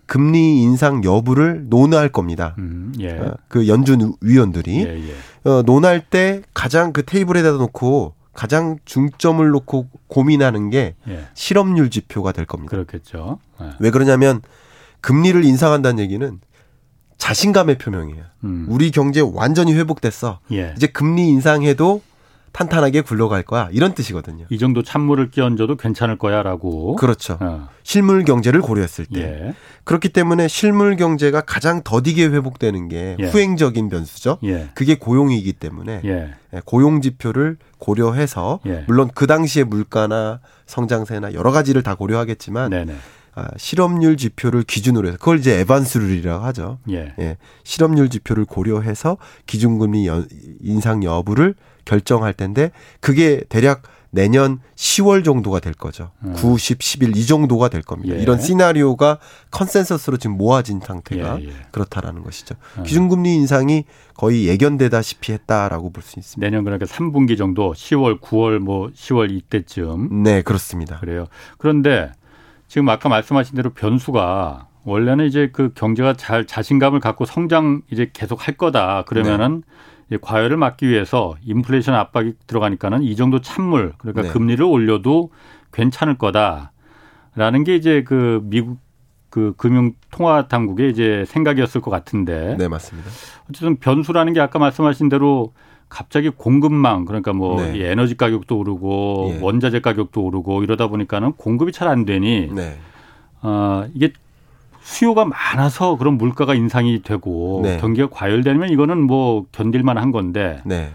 Speaker 2: 금리 인상 여부를 논할 겁니다.
Speaker 1: 음, 예.
Speaker 2: 어, 그 연준 위원들이
Speaker 1: 예, 예.
Speaker 2: 어, 논할 때 가장 그 테이블에다 놓고 가장 중점을 놓고 고민하는 게
Speaker 1: 예.
Speaker 2: 실업률 지표가 될 겁니다.
Speaker 1: 그렇겠죠. 예.
Speaker 2: 왜 그러냐면 금리를 인상한다는 얘기는 자신감의 표명이에요.
Speaker 1: 음.
Speaker 2: 우리 경제 완전히 회복됐어.
Speaker 1: 예.
Speaker 2: 이제 금리 인상해도 탄탄하게 굴러갈 거야. 이런 뜻이거든요.
Speaker 1: 이 정도 찬물을 끼얹어도 괜찮을 거야라고.
Speaker 2: 그렇죠. 네.
Speaker 1: 어,
Speaker 2: 실물 경제를 고려했을 때.
Speaker 1: 예.
Speaker 2: 그렇기 때문에 실물 경제가 가장 더디게 회복되는 게
Speaker 1: 예.
Speaker 2: 후행적인 변수죠.
Speaker 1: 예.
Speaker 2: 그게 고용이기 때문에
Speaker 1: 예.
Speaker 2: 예, 고용 지표를 고려해서
Speaker 1: 예.
Speaker 2: 물론 그 당시의 물가나 성장세나 여러 가지를 다 고려하겠지만
Speaker 1: 네네.
Speaker 2: 아, 실업률 지표를 기준으로 해서 그걸 이제 에반스룰이라고 하죠.
Speaker 1: 예.
Speaker 2: 예, 실업률 지표를 고려해서 기준금리 연- 인상 여부를 결정할 텐데 그게 대략 내년 10월 정도가 될 거죠.
Speaker 1: 음.
Speaker 2: 9, 10, 11 이 정도가 될 겁니다.
Speaker 1: 예.
Speaker 2: 이런 시나리오가 컨센서스로 지금 모아진 상태가
Speaker 1: 예, 예.
Speaker 2: 그렇다라는 것이죠.
Speaker 1: 음.
Speaker 2: 기준금리 인상이 거의 예견되다시피 했다라고 볼 수 있습니다.
Speaker 1: 내년 그러니까 3분기 정도 10월, 9월 뭐 10월 이때쯤
Speaker 2: 네, 그렇습니다.
Speaker 1: 그래요. 그런데 지금 아까 말씀하신 대로 변수가 원래는 이제 그 경제가 잘 자신감을 갖고 성장 이제 계속 할 거다. 그러면은
Speaker 2: 네.
Speaker 1: 이제 과열을 막기 위해서 인플레이션 압박이 들어가니까는 이 정도 찬물 그러니까
Speaker 2: 네.
Speaker 1: 금리를 올려도 괜찮을 거다라는 게 이제 그 미국 그 금융 통화 당국의 이제 생각이었을 것 같은데
Speaker 2: 네, 맞습니다.
Speaker 1: 어쨌든 변수라는 게 아까 말씀하신 대로 갑자기 공급망 그러니까 뭐
Speaker 2: 네.
Speaker 1: 이 에너지 가격도 오르고
Speaker 2: 예.
Speaker 1: 원자재 가격도 오르고 이러다 보니까는 공급이 잘 안 되니
Speaker 2: 네.
Speaker 1: 아, 이게 수요가 많아서 그런 물가가 인상이 되고
Speaker 2: 네.
Speaker 1: 경기가 과열되면 이거는 뭐 견딜 만한 건데
Speaker 2: 네.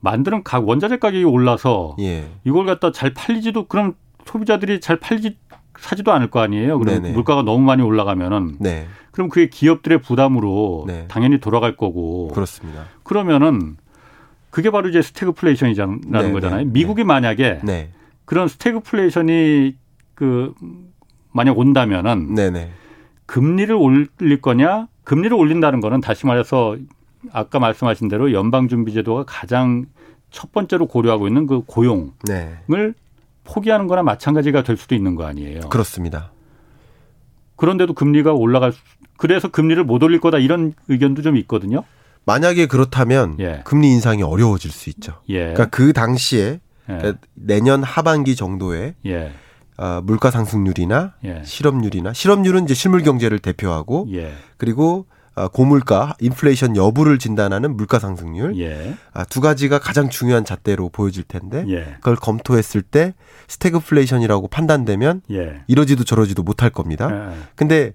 Speaker 1: 만드는 가 원자재 가격이 올라서
Speaker 2: 예.
Speaker 1: 이걸 갖다 잘 팔리지도 그럼 소비자들이 잘 팔지 사지도 않을 거 아니에요. 그럼
Speaker 2: 네네.
Speaker 1: 물가가 너무 많이 올라가면은
Speaker 2: 네.
Speaker 1: 그럼 그게 기업들의 부담으로
Speaker 2: 네. 그렇죠.
Speaker 1: 당연히 돌아갈 거고
Speaker 2: 그렇습니다.
Speaker 1: 그러면은 그게 바로 이제 스태그플레이션이라는
Speaker 2: 네,
Speaker 1: 거잖아요.
Speaker 2: 네,
Speaker 1: 미국이 만약에
Speaker 2: 네.
Speaker 1: 그런 스태그플레이션이 그 만약 온다면은
Speaker 2: 네, 네.
Speaker 1: 금리를 올릴 거냐? 금리를 올린다는 거는 다시 말해서 아까 말씀하신 대로 연방준비제도가 가장 첫 번째로 고려하고 있는 그 고용을
Speaker 2: 네.
Speaker 1: 포기하는 거나 마찬가지가 될 수도 있는 거 아니에요.
Speaker 2: 그렇습니다.
Speaker 1: 그런데도 금리가 올라갈 수, 그래서 금리를 못 올릴 거다 이런 의견도 좀 있거든요.
Speaker 2: 만약에 그렇다면
Speaker 1: 예.
Speaker 2: 금리 인상이 어려워질 수 있죠.
Speaker 1: 예.
Speaker 2: 그러니까 그 당시에
Speaker 1: 예.
Speaker 2: 그러니까 내년 하반기 정도에
Speaker 1: 예.
Speaker 2: 아, 물가 상승률이나
Speaker 1: 예.
Speaker 2: 실업률이나 실업률은 이제 실물 경제를 대표하고
Speaker 1: 예.
Speaker 2: 그리고 아, 고물가 인플레이션 여부를 진단하는 물가 상승률
Speaker 1: 예.
Speaker 2: 아, 두 가지가 가장 중요한 잣대로 보여질 텐데
Speaker 1: 예.
Speaker 2: 그걸 검토했을 때 스태그플레이션이라고 판단되면
Speaker 1: 예.
Speaker 2: 이러지도 저러지도 못할 겁니다.
Speaker 1: 예.
Speaker 2: 근데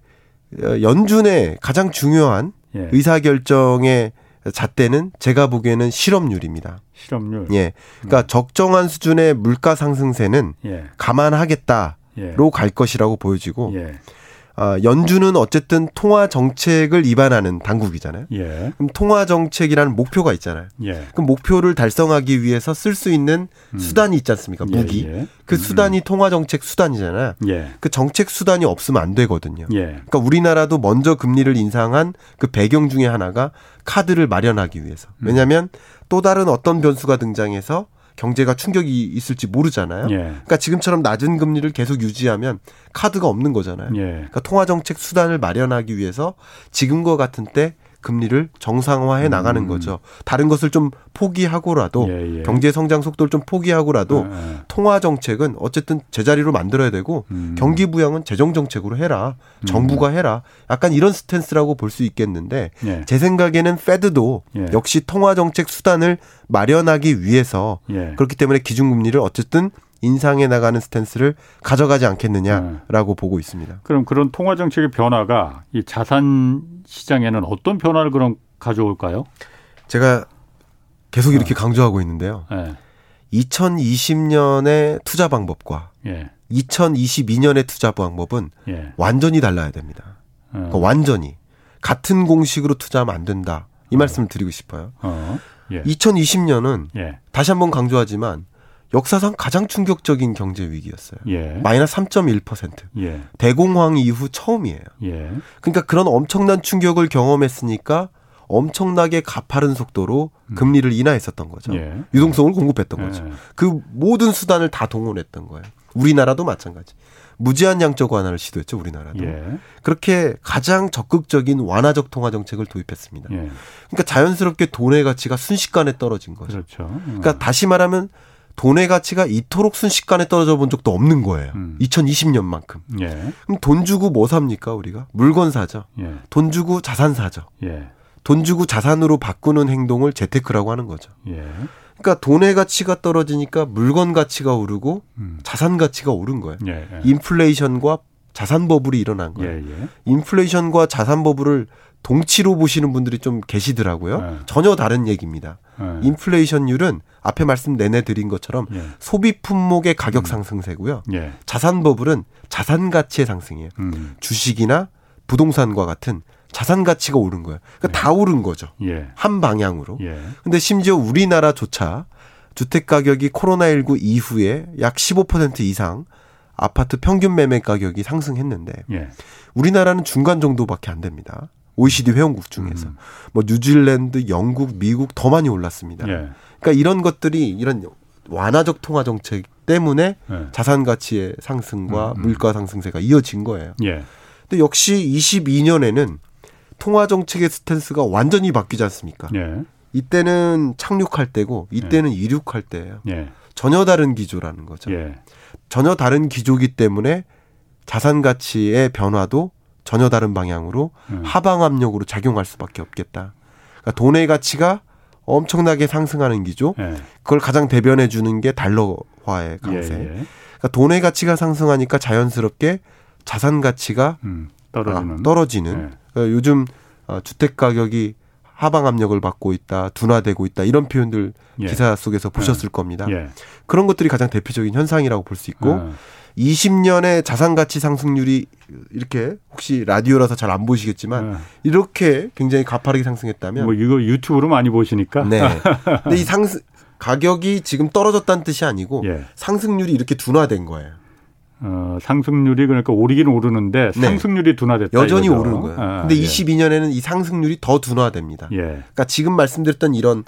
Speaker 2: 어, 연준의 가장 중요한
Speaker 1: 예.
Speaker 2: 의사결정의 잣대는 제가 보기에는 실업률입니다.
Speaker 1: 실업률.
Speaker 2: 예. 그러니까
Speaker 1: 네.
Speaker 2: 적정한 수준의 물가 상승세는
Speaker 1: 예.
Speaker 2: 감안하겠다로
Speaker 1: 예.
Speaker 2: 갈 것이라고 보여지고
Speaker 1: 예.
Speaker 2: 아, 연준은 어쨌든 통화 정책을 입안하는 당국이잖아요.
Speaker 1: 예.
Speaker 2: 그럼 통화 정책이라는 목표가 있잖아요.
Speaker 1: 예.
Speaker 2: 그럼 목표를 달성하기 위해서 쓸 수 있는
Speaker 1: 음.
Speaker 2: 수단이 있지 않습니까? 무기.
Speaker 1: 예. 예.
Speaker 2: 그 수단이 통화 정책 수단이잖아요.
Speaker 1: 예.
Speaker 2: 그 정책 수단이 없으면 안 되거든요.
Speaker 1: 예.
Speaker 2: 그러니까 우리나라도 먼저 금리를 인상한 그 배경 중에 하나가 카드를 마련하기 위해서.
Speaker 1: 음.
Speaker 2: 왜냐하면 또 다른 어떤 변수가 등장해서 경제가 충격이 있을지 모르잖아요.
Speaker 1: 예.
Speaker 2: 그러니까 지금처럼 낮은 금리를 계속 유지하면 카드가 없는 거잖아요.
Speaker 1: 예.
Speaker 2: 그러니까 통화 정책 수단을 마련하기 위해서 지금과 같은 때 금리를 정상화해 나가는 거죠. 다른 것을 좀 포기하고라도
Speaker 1: 음. 예, 예.
Speaker 2: 경제 성장 속도를 좀 포기하고라도
Speaker 1: 예.
Speaker 2: 통화 정책은 어쨌든 제자리로 만들어야 되고
Speaker 1: 음.
Speaker 2: 경기 부양은 재정 정책으로 해라. 정부가 해라. 약간 이런 스탠스라고 볼 수 있겠는데
Speaker 1: 예.
Speaker 2: 제 생각에는 페드도
Speaker 1: 예.
Speaker 2: 역시 통화 정책 수단을 마련하기 위해서
Speaker 1: 예.
Speaker 2: 그렇기 때문에 기준금리를 어쨌든 인상해 나가는 스탠스를 가져가지
Speaker 1: 네.
Speaker 2: 않겠느냐라고 보고 있습니다.
Speaker 1: 그럼 그런 통화 정책의 변화가 이 자산 시장에는 어떤 변화를 그럼 가져올까요?
Speaker 2: 제가 계속 이렇게
Speaker 1: 아.
Speaker 2: 강조하고 있는데요.
Speaker 1: 예.
Speaker 2: 2020년의 투자 방법과
Speaker 1: 예.
Speaker 2: 2022년의 투자 방법은
Speaker 1: 예.
Speaker 2: 완전히 달라야 됩니다.
Speaker 1: 어.
Speaker 2: 그러니까 완전히 같은 공식으로 투자하면 안 된다. 이 말씀을 드리고 싶어요.
Speaker 1: 어. 예.
Speaker 2: 2020년은
Speaker 1: 예.
Speaker 2: 다시 한번 강조하지만 역사상 가장 충격적인 경제 위기였어요.
Speaker 1: 예.
Speaker 2: 마이너스 3.1%.
Speaker 1: 예.
Speaker 2: 대공황 이후 처음이에요.
Speaker 1: 예.
Speaker 2: 그러니까 그런 엄청난 충격을 경험했으니까 엄청나게 가파른 속도로 금리를 인하했었던 거죠.
Speaker 1: 음. 예.
Speaker 2: 유동성을 공급했던
Speaker 1: 예.
Speaker 2: 거죠. 그 모든 수단을 다 동원했던 거예요. 우리나라도 마찬가지. 무제한 양적 완화를 시도했죠, 우리나라도.
Speaker 1: 예.
Speaker 2: 그렇게 가장 적극적인 완화적 통화 정책을 도입했습니다.
Speaker 1: 예.
Speaker 2: 그러니까 자연스럽게 돈의 가치가 순식간에 떨어진 거죠.
Speaker 1: 그렇죠.
Speaker 2: 그러니까 다시 말하면 돈의 가치가 이토록 순식간에 떨어져 본 적도 없는 거예요.
Speaker 1: 음.
Speaker 2: 2020년만큼.
Speaker 1: 예.
Speaker 2: 그럼 돈 주고 뭐 삽니까, 우리가? 물건 사죠.
Speaker 1: 예.
Speaker 2: 돈 주고 자산 사죠.
Speaker 1: 예.
Speaker 2: 돈 주고 자산으로 바꾸는 행동을 재테크라고 하는 거죠.
Speaker 1: 예.
Speaker 2: 그러니까 돈의 가치가 떨어지니까 물건 가치가 오르고
Speaker 1: 음.
Speaker 2: 자산 가치가 오른 거예요.
Speaker 1: 예, 예.
Speaker 2: 인플레이션과 자산 버블이 일어난
Speaker 1: 예,
Speaker 2: 거예요.
Speaker 1: 예.
Speaker 2: 인플레이션과 자산 버블을 동치로 보시는 분들이 좀 계시더라고요.
Speaker 1: 네.
Speaker 2: 전혀 다른 얘기입니다.
Speaker 1: 예.
Speaker 2: 인플레이션율은 앞에 말씀 내내 드린 것처럼
Speaker 1: 예.
Speaker 2: 소비 품목의
Speaker 1: 음.
Speaker 2: 가격 상승세고요.
Speaker 1: 예.
Speaker 2: 자산 버블은 자산 가치의 상승이에요.
Speaker 1: 음.
Speaker 2: 주식이나 부동산과 같은 자산 가치가 오른 거예요. 그러니까 다 오른 거죠.
Speaker 1: 예.
Speaker 2: 한 방향으로.
Speaker 1: 네. 예.
Speaker 2: 근데 심지어 우리나라조차 주택 가격이 코로나19 이후에 약 15% 이상 아파트 평균 매매 가격이 상승했는데
Speaker 1: 예.
Speaker 2: 우리나라는 중간 정도밖에 안 됩니다. OECD 회원국 중에서
Speaker 1: 음.
Speaker 2: 뭐 뉴질랜드, 영국, 미국 더 많이 올랐습니다.
Speaker 1: 예.
Speaker 2: 그러니까 이런 것들이 이런 완화적 통화 정책 때문에
Speaker 1: 예. 음,
Speaker 2: 자산 가치의 상승과 물가 상승세가 이어진 거예요.
Speaker 1: 예.
Speaker 2: 근데 역시 22년에는 통화 정책의 스탠스가 완전히 바뀌지 않습니까?
Speaker 1: 예.
Speaker 2: 이때는 착륙할 때고 이때는 이륙할 때예요.
Speaker 1: 예.
Speaker 2: 전혀 다른 기조라는 거죠.
Speaker 1: 예.
Speaker 2: 전혀 다른 기조기 때문에 자산 가치의 변화도 전혀 다른 방향으로
Speaker 1: 음.
Speaker 2: 하방 압력으로 작용할 수밖에 없겠다. 그러니까 돈의 가치가 엄청나게 상승하는 기조.
Speaker 1: 예.
Speaker 2: 그걸 가장 대변해 주는 게 달러화의 강세.
Speaker 1: 예.
Speaker 2: 그러니까 돈의 가치가 상승하니까 자연스럽게 자산 가치가
Speaker 1: 음.
Speaker 2: 아,
Speaker 1: 떨어지는.
Speaker 2: 떨어지는.
Speaker 1: 예.
Speaker 2: 그러니까 요즘 어, 주택 가격이 하방 압력을 받고 있다, 둔화되고 있다 이런 표현들
Speaker 1: 예.
Speaker 2: 기사 속에서 보셨을 겁니다.
Speaker 1: 예.
Speaker 2: 그런 것들이 가장 대표적인 현상이라고 볼 수 있고
Speaker 1: 예.
Speaker 2: 20년의 자산 가치 상승률이 이렇게 혹시 라디오라서 잘 안 보시겠지만
Speaker 1: 예.
Speaker 2: 이렇게 굉장히 가파르게 상승했다면
Speaker 1: 뭐 이거 유튜브로 많이 보시니까.
Speaker 2: 네. 근데 이 상승 가격이 지금 떨어졌다는 뜻이 아니고
Speaker 1: 예.
Speaker 2: 상승률이 이렇게 둔화된 거예요.
Speaker 1: 어, 상승률이 그러니까 오르긴 오르는데
Speaker 2: 네.
Speaker 1: 상승률이 둔화됐다.
Speaker 2: 여전히
Speaker 1: 이거죠.
Speaker 2: 오르는 거예요.
Speaker 1: 아,
Speaker 2: 근데
Speaker 1: 예.
Speaker 2: 22년에는 이 상승률이 더 둔화됩니다.
Speaker 1: 예.
Speaker 2: 그러니까 지금 말씀드렸던 이런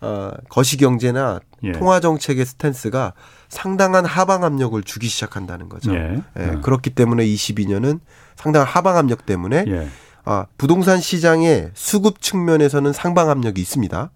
Speaker 2: 어, 거시 경제나
Speaker 1: 예.
Speaker 2: 통화 정책의 스탠스가 상당한 하방 압력을 주기 시작한다는 거죠.
Speaker 1: 예.
Speaker 2: 예, 그렇기 때문에 22년은 상당한 하방 압력 때문에
Speaker 1: 예.
Speaker 2: 아, 부동산 시장의 수급 측면에서는 상방 압력이 있습니다.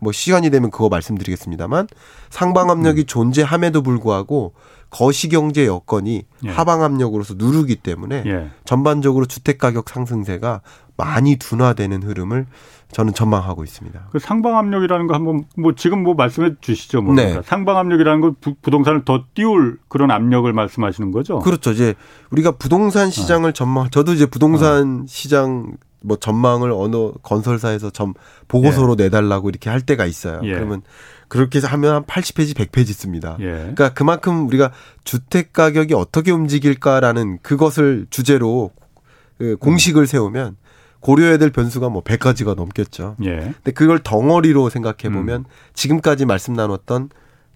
Speaker 2: 뭐 시간이 되면 그거 말씀드리겠습니다만 상방
Speaker 1: 음.
Speaker 2: 압력이 존재함에도 불구하고 거시 경제 여건이
Speaker 1: 예.
Speaker 2: 하방 압력으로서 누르기 때문에
Speaker 1: 예.
Speaker 2: 전반적으로 주택 가격 상승세가 많이 둔화되는 흐름을 저는 전망하고 있습니다.
Speaker 1: 그 상방압력이라는 거 한번 뭐 지금 뭐 말씀해 주시죠. 뭐
Speaker 2: 네.
Speaker 1: 그러니까 상방압력이라는 건 부, 부동산을 더 띄울 그런 압력을 말씀하시는 거죠.
Speaker 2: 그렇죠. 이제 우리가 부동산
Speaker 1: 어.
Speaker 2: 시장을 전망 저도 이제 부동산 시장 뭐 전망을 어느 건설사에서 점 보고서로 내달라고 이렇게 할 때가 있어요.
Speaker 1: 예.
Speaker 2: 그러면 그렇게 해서 하면 한 80페이지, 100페이지 씁니다.
Speaker 1: 예.
Speaker 2: 그러니까 그만큼 우리가 주택 가격이 어떻게 움직일까라는 그것을 주제로 그 공식을
Speaker 1: 음.
Speaker 2: 세우면 고려해야 될 변수가 뭐 100가지가 넘겠죠.
Speaker 1: 예.
Speaker 2: 근데 그걸 덩어리로 생각해
Speaker 1: 음.
Speaker 2: 보면 지금까지 말씀 나눴던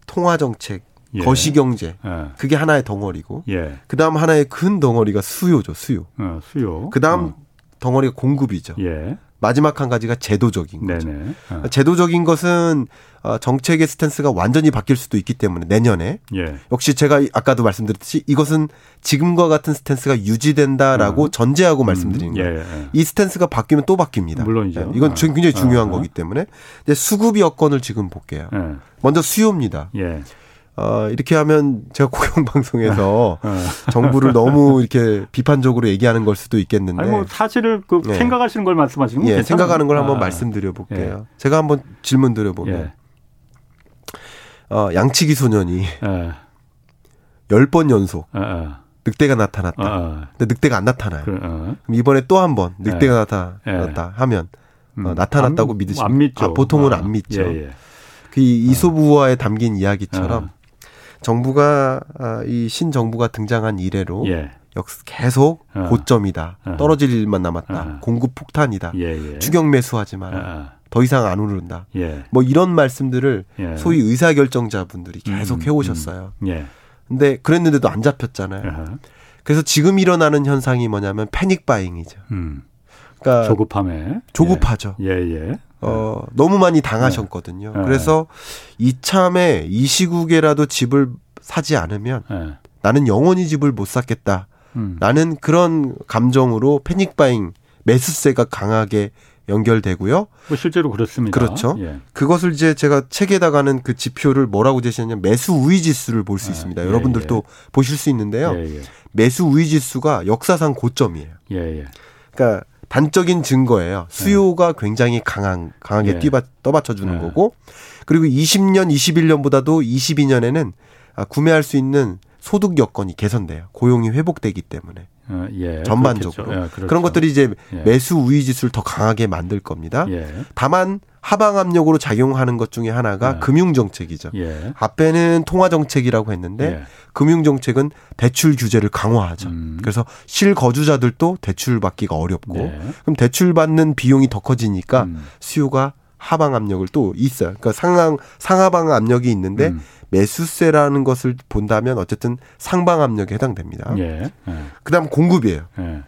Speaker 2: 통화 정책,
Speaker 1: 예.
Speaker 2: 거시 경제
Speaker 1: 예.
Speaker 2: 그게 하나의 덩어리고
Speaker 1: 예.
Speaker 2: 그다음 하나의 큰 덩어리가 수요죠, 수요.
Speaker 1: 어, 수요.
Speaker 2: 그다음
Speaker 1: 어.
Speaker 2: 덩어리가 공급이죠.
Speaker 1: 예.
Speaker 2: 마지막 한 가지가 제도적인 거죠. 아,
Speaker 1: 네네. 어.
Speaker 2: 제도적인 것은 어, 정책의 스탠스가 완전히 바뀔 수도 있기 때문에 내년에
Speaker 1: 예.
Speaker 2: 역시 제가 이- 아까도 말씀드렸듯이 이것은 지금과 같은 스탠스가 유지된다라고 전제하고 말씀드리는
Speaker 1: 음. 예.
Speaker 2: 거예요.
Speaker 1: 예.
Speaker 2: 이 스탠스가 바뀌면 또 바뀝니다.
Speaker 1: 물론이죠.
Speaker 2: 예, 이건 지금 굉장히
Speaker 1: 아,
Speaker 2: 중요한
Speaker 1: 아.
Speaker 2: 거기 때문에 이제 수급 여건을 지금 볼게요.
Speaker 1: 예.
Speaker 2: 먼저 수요입니다.
Speaker 1: 예.
Speaker 2: 어, 이렇게 하면 제가 공영 방송에서
Speaker 1: 어.
Speaker 2: 정부를 너무 이렇게 비판적으로 얘기하는 걸 수도 있겠는데
Speaker 1: 아니 뭐 사실을 그
Speaker 2: 예.
Speaker 1: 생각하시는 걸 말씀하시는 거예요.
Speaker 2: 네.
Speaker 1: 아,
Speaker 2: 예, 생각하는 걸 한번 말씀드려 네. 볼게요. 제가 한번 질문 드려 보면
Speaker 1: 예.
Speaker 2: 어, 양치기 소년이
Speaker 1: 예. 예.
Speaker 2: 10번 연속
Speaker 1: 어, 어.
Speaker 2: 늑대가 나타났다.
Speaker 1: 어, 어.
Speaker 2: 근데 늑대가 안 나타나요.
Speaker 1: 그, 어.
Speaker 2: 그럼 이번에 또 한 번 늑대가
Speaker 1: 예.
Speaker 2: 나타났다 하면
Speaker 1: 음.
Speaker 2: 어, 나타났다고
Speaker 1: 안-
Speaker 2: 믿으십니까?
Speaker 1: 안 믿죠.
Speaker 2: 아, 보통은
Speaker 1: 아,
Speaker 2: 안 믿죠.
Speaker 1: 예, 예.
Speaker 2: 그 이- 이소부화에 담긴 이야기처럼 정부가 아, 이 신정부가 등장한 이래로
Speaker 1: 예.
Speaker 2: 역 계속
Speaker 1: 어.
Speaker 2: 고점이다.
Speaker 1: 어.
Speaker 2: 떨어질 일만 남았다.
Speaker 1: 어.
Speaker 2: 공급 폭탄이다.
Speaker 1: 예, 예.
Speaker 2: 추경 매수하지
Speaker 1: 아,
Speaker 2: 마라.
Speaker 1: 아.
Speaker 2: 더 이상 안 오른다.
Speaker 1: 예.
Speaker 2: 뭐 이런 말씀들을
Speaker 1: 예.
Speaker 2: 소위 의사결정자분들이 계속
Speaker 1: 음,
Speaker 2: 해오셨어요.
Speaker 1: 예.
Speaker 2: 근데 그랬는데도 안 잡혔잖아요.
Speaker 1: 아하.
Speaker 2: 그래서 지금 일어나는 현상이 뭐냐면 패닉 바잉이죠.
Speaker 1: 음.
Speaker 2: 그러니까
Speaker 1: 조급함에
Speaker 2: 조급하죠.
Speaker 1: 예, 예.
Speaker 2: 어, 너무 많이 당하셨거든요.
Speaker 1: 네.
Speaker 2: 그래서 이참에 이 시국에라도 집을 사지 않으면
Speaker 1: 예.
Speaker 2: 나는 영원히 집을 못 샀겠다.
Speaker 1: 음.
Speaker 2: 라는 그런 감정으로 패닉 바잉 매수세가 강하게 연결되고요.
Speaker 1: 뭐 실제로 그렇습니다.
Speaker 2: 그렇죠.
Speaker 1: 예.
Speaker 2: 그것을 이제 제가 책에다가는 그 지표를 뭐라고 제시했냐면 매수 우위 지수를 볼 수
Speaker 1: 아,
Speaker 2: 있습니다.
Speaker 1: 예,
Speaker 2: 여러분들도 보실 수 있는데요.
Speaker 1: 예, 예.
Speaker 2: 매수 우위 지수가 역사상 고점이에요.
Speaker 1: 예, 예.
Speaker 2: 그러니까 단적인 증거예요. 수요가 굉장히 강한 강하게
Speaker 1: 예.
Speaker 2: 뛰바, 떠받쳐 주는
Speaker 1: 예.
Speaker 2: 거고 그리고 20년, 21년보다도 22년에는 아, 구매할 수 있는 소득 여건이 개선돼요. 고용이 회복되기 때문에
Speaker 1: 어, 예,
Speaker 2: 전반적으로
Speaker 1: 그렇겠죠. 예, 그렇죠.
Speaker 2: 그런 것들이 이제
Speaker 1: 예.
Speaker 2: 매수 우위 지수를 더 강하게 만들 겁니다.
Speaker 1: 예,
Speaker 2: 다만 하방 압력으로 작용하는 것 중에 하나가
Speaker 1: 예.
Speaker 2: 금융 정책이죠.
Speaker 1: 예.
Speaker 2: 앞에는 통화 정책이라고 했는데
Speaker 1: 예.
Speaker 2: 금융 정책은 대출 규제를 강화하죠.
Speaker 1: 음.
Speaker 2: 그래서 실거주자들도 대출 받기가 어렵고
Speaker 1: 네.
Speaker 2: 그럼 대출 받는 비용이 더 커지니까
Speaker 1: 음.
Speaker 2: 수요가 하방 압력을 또 있어요. 그러니까 상하 상하방 압력이 있는데
Speaker 1: 음.
Speaker 2: 매수세라는 것을 본다면 어쨌든 상방 압력에 해당됩니다.
Speaker 1: 예, 예,
Speaker 2: 그다음 공급이에요.
Speaker 1: 예,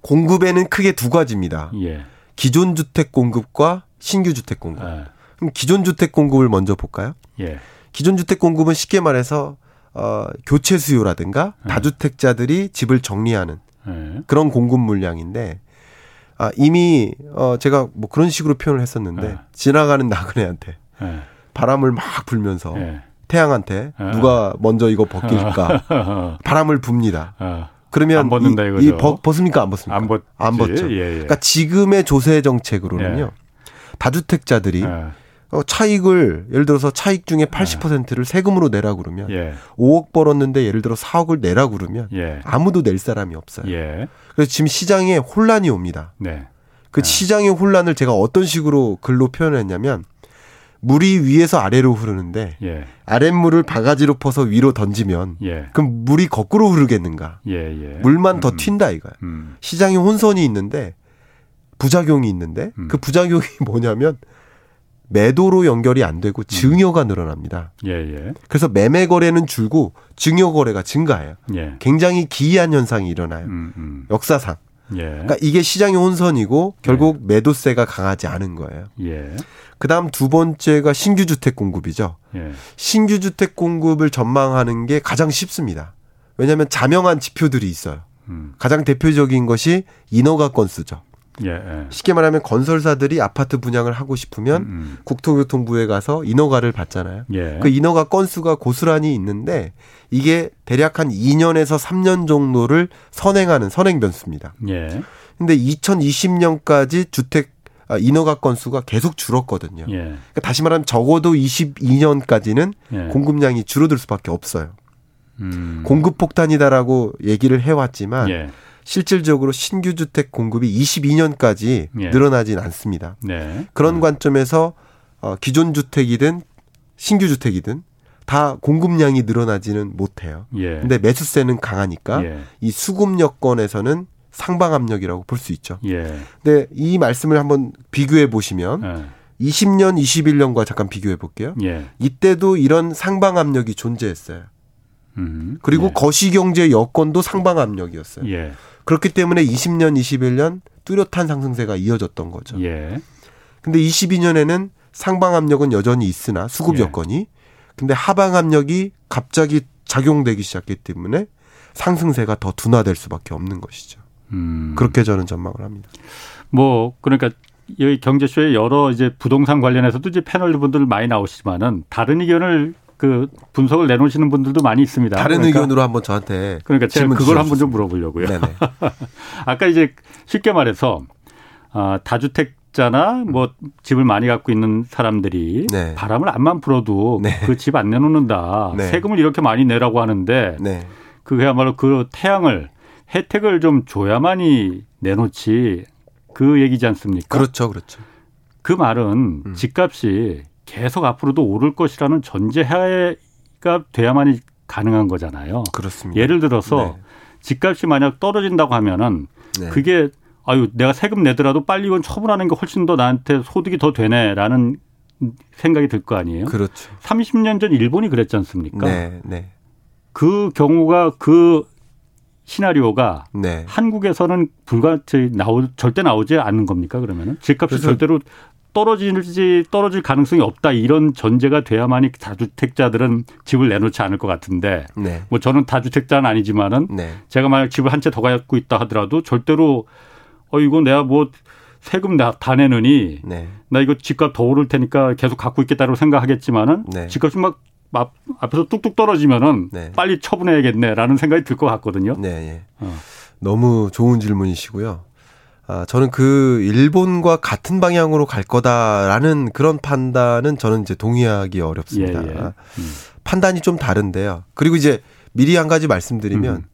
Speaker 2: 공급에는 크게 두 가지입니다.
Speaker 1: 예,
Speaker 2: 기존 주택 공급과 신규 주택 공급.
Speaker 1: 아,
Speaker 2: 그럼 기존 주택 공급을 먼저 볼까요?
Speaker 1: 예,
Speaker 2: 기존 주택 공급은 쉽게 말해서 어, 교체 수요라든가
Speaker 1: 음.
Speaker 2: 다주택자들이 집을 정리하는
Speaker 1: 예,
Speaker 2: 그런 공급 물량인데 아, 이미 어, 제가 뭐 그런 식으로 표현을 했었는데
Speaker 1: 네.
Speaker 2: 지나가는 나그네한테
Speaker 1: 예,
Speaker 2: 바람을 막 불면서
Speaker 1: 예.
Speaker 2: 태양한테
Speaker 1: 네.
Speaker 2: 누가 먼저 이거 벗길까
Speaker 1: 어,
Speaker 2: 바람을 붑니다.
Speaker 1: 아,
Speaker 2: 그러면
Speaker 1: 안 벗는다
Speaker 2: 이-
Speaker 1: 이거죠.
Speaker 2: 이 벗, 벗습니까 안 벗습니까?
Speaker 1: 안 벗,
Speaker 2: 죠
Speaker 1: 예, 예.
Speaker 2: 그러니까 지금의 조세 정책으로는요. 다주택자들이
Speaker 1: 아,
Speaker 2: 어, 차익을 예를 들어서 차익 중에 80%를 세금으로 내라 그러면
Speaker 1: 예,
Speaker 2: 5억 벌었는데 예를 들어 4억을 내라 그러면
Speaker 1: 예,
Speaker 2: 아무도 낼 사람이 없어요.
Speaker 1: 예,
Speaker 2: 그래서 지금 시장에 혼란이 옵니다.
Speaker 1: 네,
Speaker 2: 그 시장의 혼란을 제가 어떤 식으로 글로 표현했냐면 물이 위에서 아래로 흐르는데
Speaker 1: 예,
Speaker 2: 아랫물을 바가지로 퍼서 위로 던지면
Speaker 1: 예,
Speaker 2: 그럼 물이 거꾸로 흐르겠는가?
Speaker 1: 예, 예.
Speaker 2: 물만 더 튄다 이거야.
Speaker 1: 음,
Speaker 2: 시장에 혼선이 있는데 부작용이 있는데
Speaker 1: 음.
Speaker 2: 그 부작용이 뭐냐면 매도로 연결이 안 되고
Speaker 1: 음.
Speaker 2: 증여가 늘어납니다.
Speaker 1: 예, 예,
Speaker 2: 그래서 매매 거래는 줄고 증여 거래가 증가해요.
Speaker 1: 예.
Speaker 2: 굉장히 기이한 현상이 일어나요.
Speaker 1: 음, 음,
Speaker 2: 역사상.
Speaker 1: 예,
Speaker 2: 그러니까 이게 시장의 혼선이고
Speaker 1: 네.
Speaker 2: 결국 매도세가 강하지 않은 거예요.
Speaker 1: 예,
Speaker 2: 그다음 두 번째가 신규 주택 공급이죠.
Speaker 1: 예,
Speaker 2: 신규 주택 공급을 전망하는 게 가장 쉽습니다. 왜냐하면 자명한 지표들이 있어요.
Speaker 1: 음,
Speaker 2: 가장 대표적인 것이 인허가 건수죠.
Speaker 1: 예, 예.
Speaker 2: 쉽게 말하면 건설사들이 아파트 분양을 하고 싶으면
Speaker 1: 음,
Speaker 2: 국토교통부에 가서 인허가를 받잖아요.
Speaker 1: 예,
Speaker 2: 그 인허가 건수가 고스란히 있는데 이게 대략 한 2년에서 3년 정도를 선행하는 선행 변수입니다.
Speaker 1: 예,
Speaker 2: 근데 2020년까지 주택 아, 인허가 건수가 계속 줄었거든요.
Speaker 1: 예,
Speaker 2: 그러니까 다시 말하면 적어도 22년까지는
Speaker 1: 예.
Speaker 2: 공급량이 줄어들 수밖에 없어요.
Speaker 1: 음,
Speaker 2: 공급 폭탄이다라고 얘기를 해왔지만
Speaker 1: 예,
Speaker 2: 실질적으로 신규 주택 공급이 22년까지
Speaker 1: 예.
Speaker 2: 늘어나진 않습니다.
Speaker 1: 네,
Speaker 2: 그런 관점에서 어, 기존 주택이든 신규 주택이든 다 공급량이 늘어나지는 못해요.
Speaker 1: 예,
Speaker 2: 근데 매수세는 강하니까
Speaker 1: 예,
Speaker 2: 이 수급 여건에서는 상방 압력이라고 볼 수 있죠.
Speaker 1: 예,
Speaker 2: 근데 이 말씀을 한번 비교해 보시면
Speaker 1: 예,
Speaker 2: 20년, 21년과 잠깐 비교해 볼게요.
Speaker 1: 예,
Speaker 2: 이때도 이런 상방 압력이 존재했어요.
Speaker 1: 음,
Speaker 2: 그리고 거시 경제 여건도 상방 압력이었어요.
Speaker 1: 예,
Speaker 2: 그렇기 때문에 20년, 21년 뚜렷한 상승세가 이어졌던 거죠.
Speaker 1: 예,
Speaker 2: 근데 22년에는 상방 압력은 여전히 있으나 수급
Speaker 1: 예.
Speaker 2: 여건이 근데 하방 압력이 갑자기 작용되기 시작했기 때문에 상승세가 더 둔화될 수밖에 없는 것이죠.
Speaker 1: 음.
Speaker 2: 그렇게 저는 전망을 합니다.
Speaker 1: 뭐 그러니까 여기 경제쇼에 여러 이제 부동산 관련해서도 이제 패널 분들 많이 나오시지만은 다른 의견을 그 분석을 내놓으시는 분들도 많이 있습니다.
Speaker 2: 다른
Speaker 1: 그러니까
Speaker 2: 의견으로 한번 저한테
Speaker 1: 그러니까 제가
Speaker 2: 질문
Speaker 1: 그걸
Speaker 2: 주셔도
Speaker 1: 한번 좀 물어보려고요.
Speaker 2: 네네.
Speaker 1: 아까 이제 쉽게 말해서 아, 다주택자나 뭐 집을 많이 갖고 있는 사람들이
Speaker 2: 네.
Speaker 1: 바람을 안만 불어도
Speaker 2: 네.
Speaker 1: 그 집 안 내놓는다.
Speaker 2: 네.
Speaker 1: 세금을 이렇게 많이 내라고 하는데
Speaker 2: 네.
Speaker 1: 그야말로 그 태양을 혜택을 좀 줘야만이 내놓지 그 얘기지 않습니까?
Speaker 2: 그렇죠. 그렇죠.
Speaker 1: 그 말은
Speaker 2: 음.
Speaker 1: 집값이 계속 앞으로도 오를 것이라는 전제하에가 돼야만이 가능한 거잖아요.
Speaker 2: 그렇습니다.
Speaker 1: 예를 들어서
Speaker 2: 네.
Speaker 1: 집값이 만약 떨어진다고 하면은
Speaker 2: 네.
Speaker 1: 그게 아유 내가 세금 내더라도 빨리 이건 처분하는 게 훨씬 더 나한테 소득이 더 되네라는 생각이 들 거 아니에요.
Speaker 2: 그렇죠.
Speaker 1: 30년 전 일본이 그랬지 않습니까?
Speaker 2: 네, 네.
Speaker 1: 그 경우가 그 시나리오가
Speaker 2: 네.
Speaker 1: 한국에서는 불과 저희 나오 절대 나오지 않는 겁니까 그러면은 집값이
Speaker 2: 그래서-
Speaker 1: 절대로 떨어질지 떨어질 가능성이 없다 이런 전제가 돼야만이 다주택자들은 집을 내놓지 않을 것 같은데
Speaker 2: 네.
Speaker 1: 뭐 저는 다주택자는 아니지만은
Speaker 2: 네.
Speaker 1: 제가 만약 집을 한 채 더 갖고 있다 하더라도 절대로 어 이거 내가 뭐 세금 나- 다 내느니
Speaker 2: 네.
Speaker 1: 나 이거 집값 더 오를 테니까 계속 갖고 있겠다고 생각하겠지만은
Speaker 2: 네.
Speaker 1: 집값이 막 앞, 앞에서 뚝뚝 떨어지면은
Speaker 2: 네. 음.
Speaker 1: 빨리 처분해야겠네라는 생각이 들 것 같거든요.
Speaker 2: 네, 예.
Speaker 1: 어.
Speaker 2: 너무 좋은 질문이시고요. 아, 저는 그 일본과 같은 방향으로 갈 거다라는 그런 판단은 저는 이제 동의하기 어렵습니다.
Speaker 1: 예, 예. 음.
Speaker 2: 판단이 좀 다른데요. 그리고 이제 미리 한 가지 말씀드리면
Speaker 1: 음.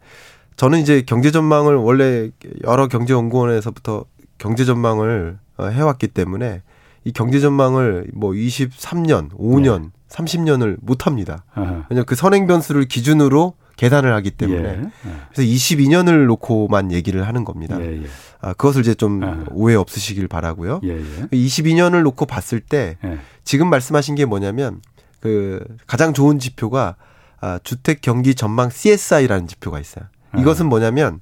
Speaker 2: 저는 이제 경제 전망을 원래 여러 경제 연구원에서부터 경제 전망을 어, 해왔기 때문에 이 경제 전망을 뭐 23년,
Speaker 1: 네.
Speaker 2: 5년, 30년을 못 합니다.
Speaker 1: 아하.
Speaker 2: 왜냐면 그 선행 변수를 기준으로 계산을 하기 때문에
Speaker 1: 예.
Speaker 2: 그래서 22년을 놓고만 얘기를 하는 겁니다.
Speaker 1: 예, 예.
Speaker 2: 아, 그것을 이제 좀
Speaker 1: 아.
Speaker 2: 오해 없으시길 바라고요.
Speaker 1: 예, 예.
Speaker 2: 22년을 놓고 봤을 때
Speaker 1: 예.
Speaker 2: 지금 말씀하신 게 뭐냐면 그 가장 좋은 지표가 아, 주택 경기 전망 CSI라는 지표가 있어요.
Speaker 1: 아.
Speaker 2: 이것은 뭐냐면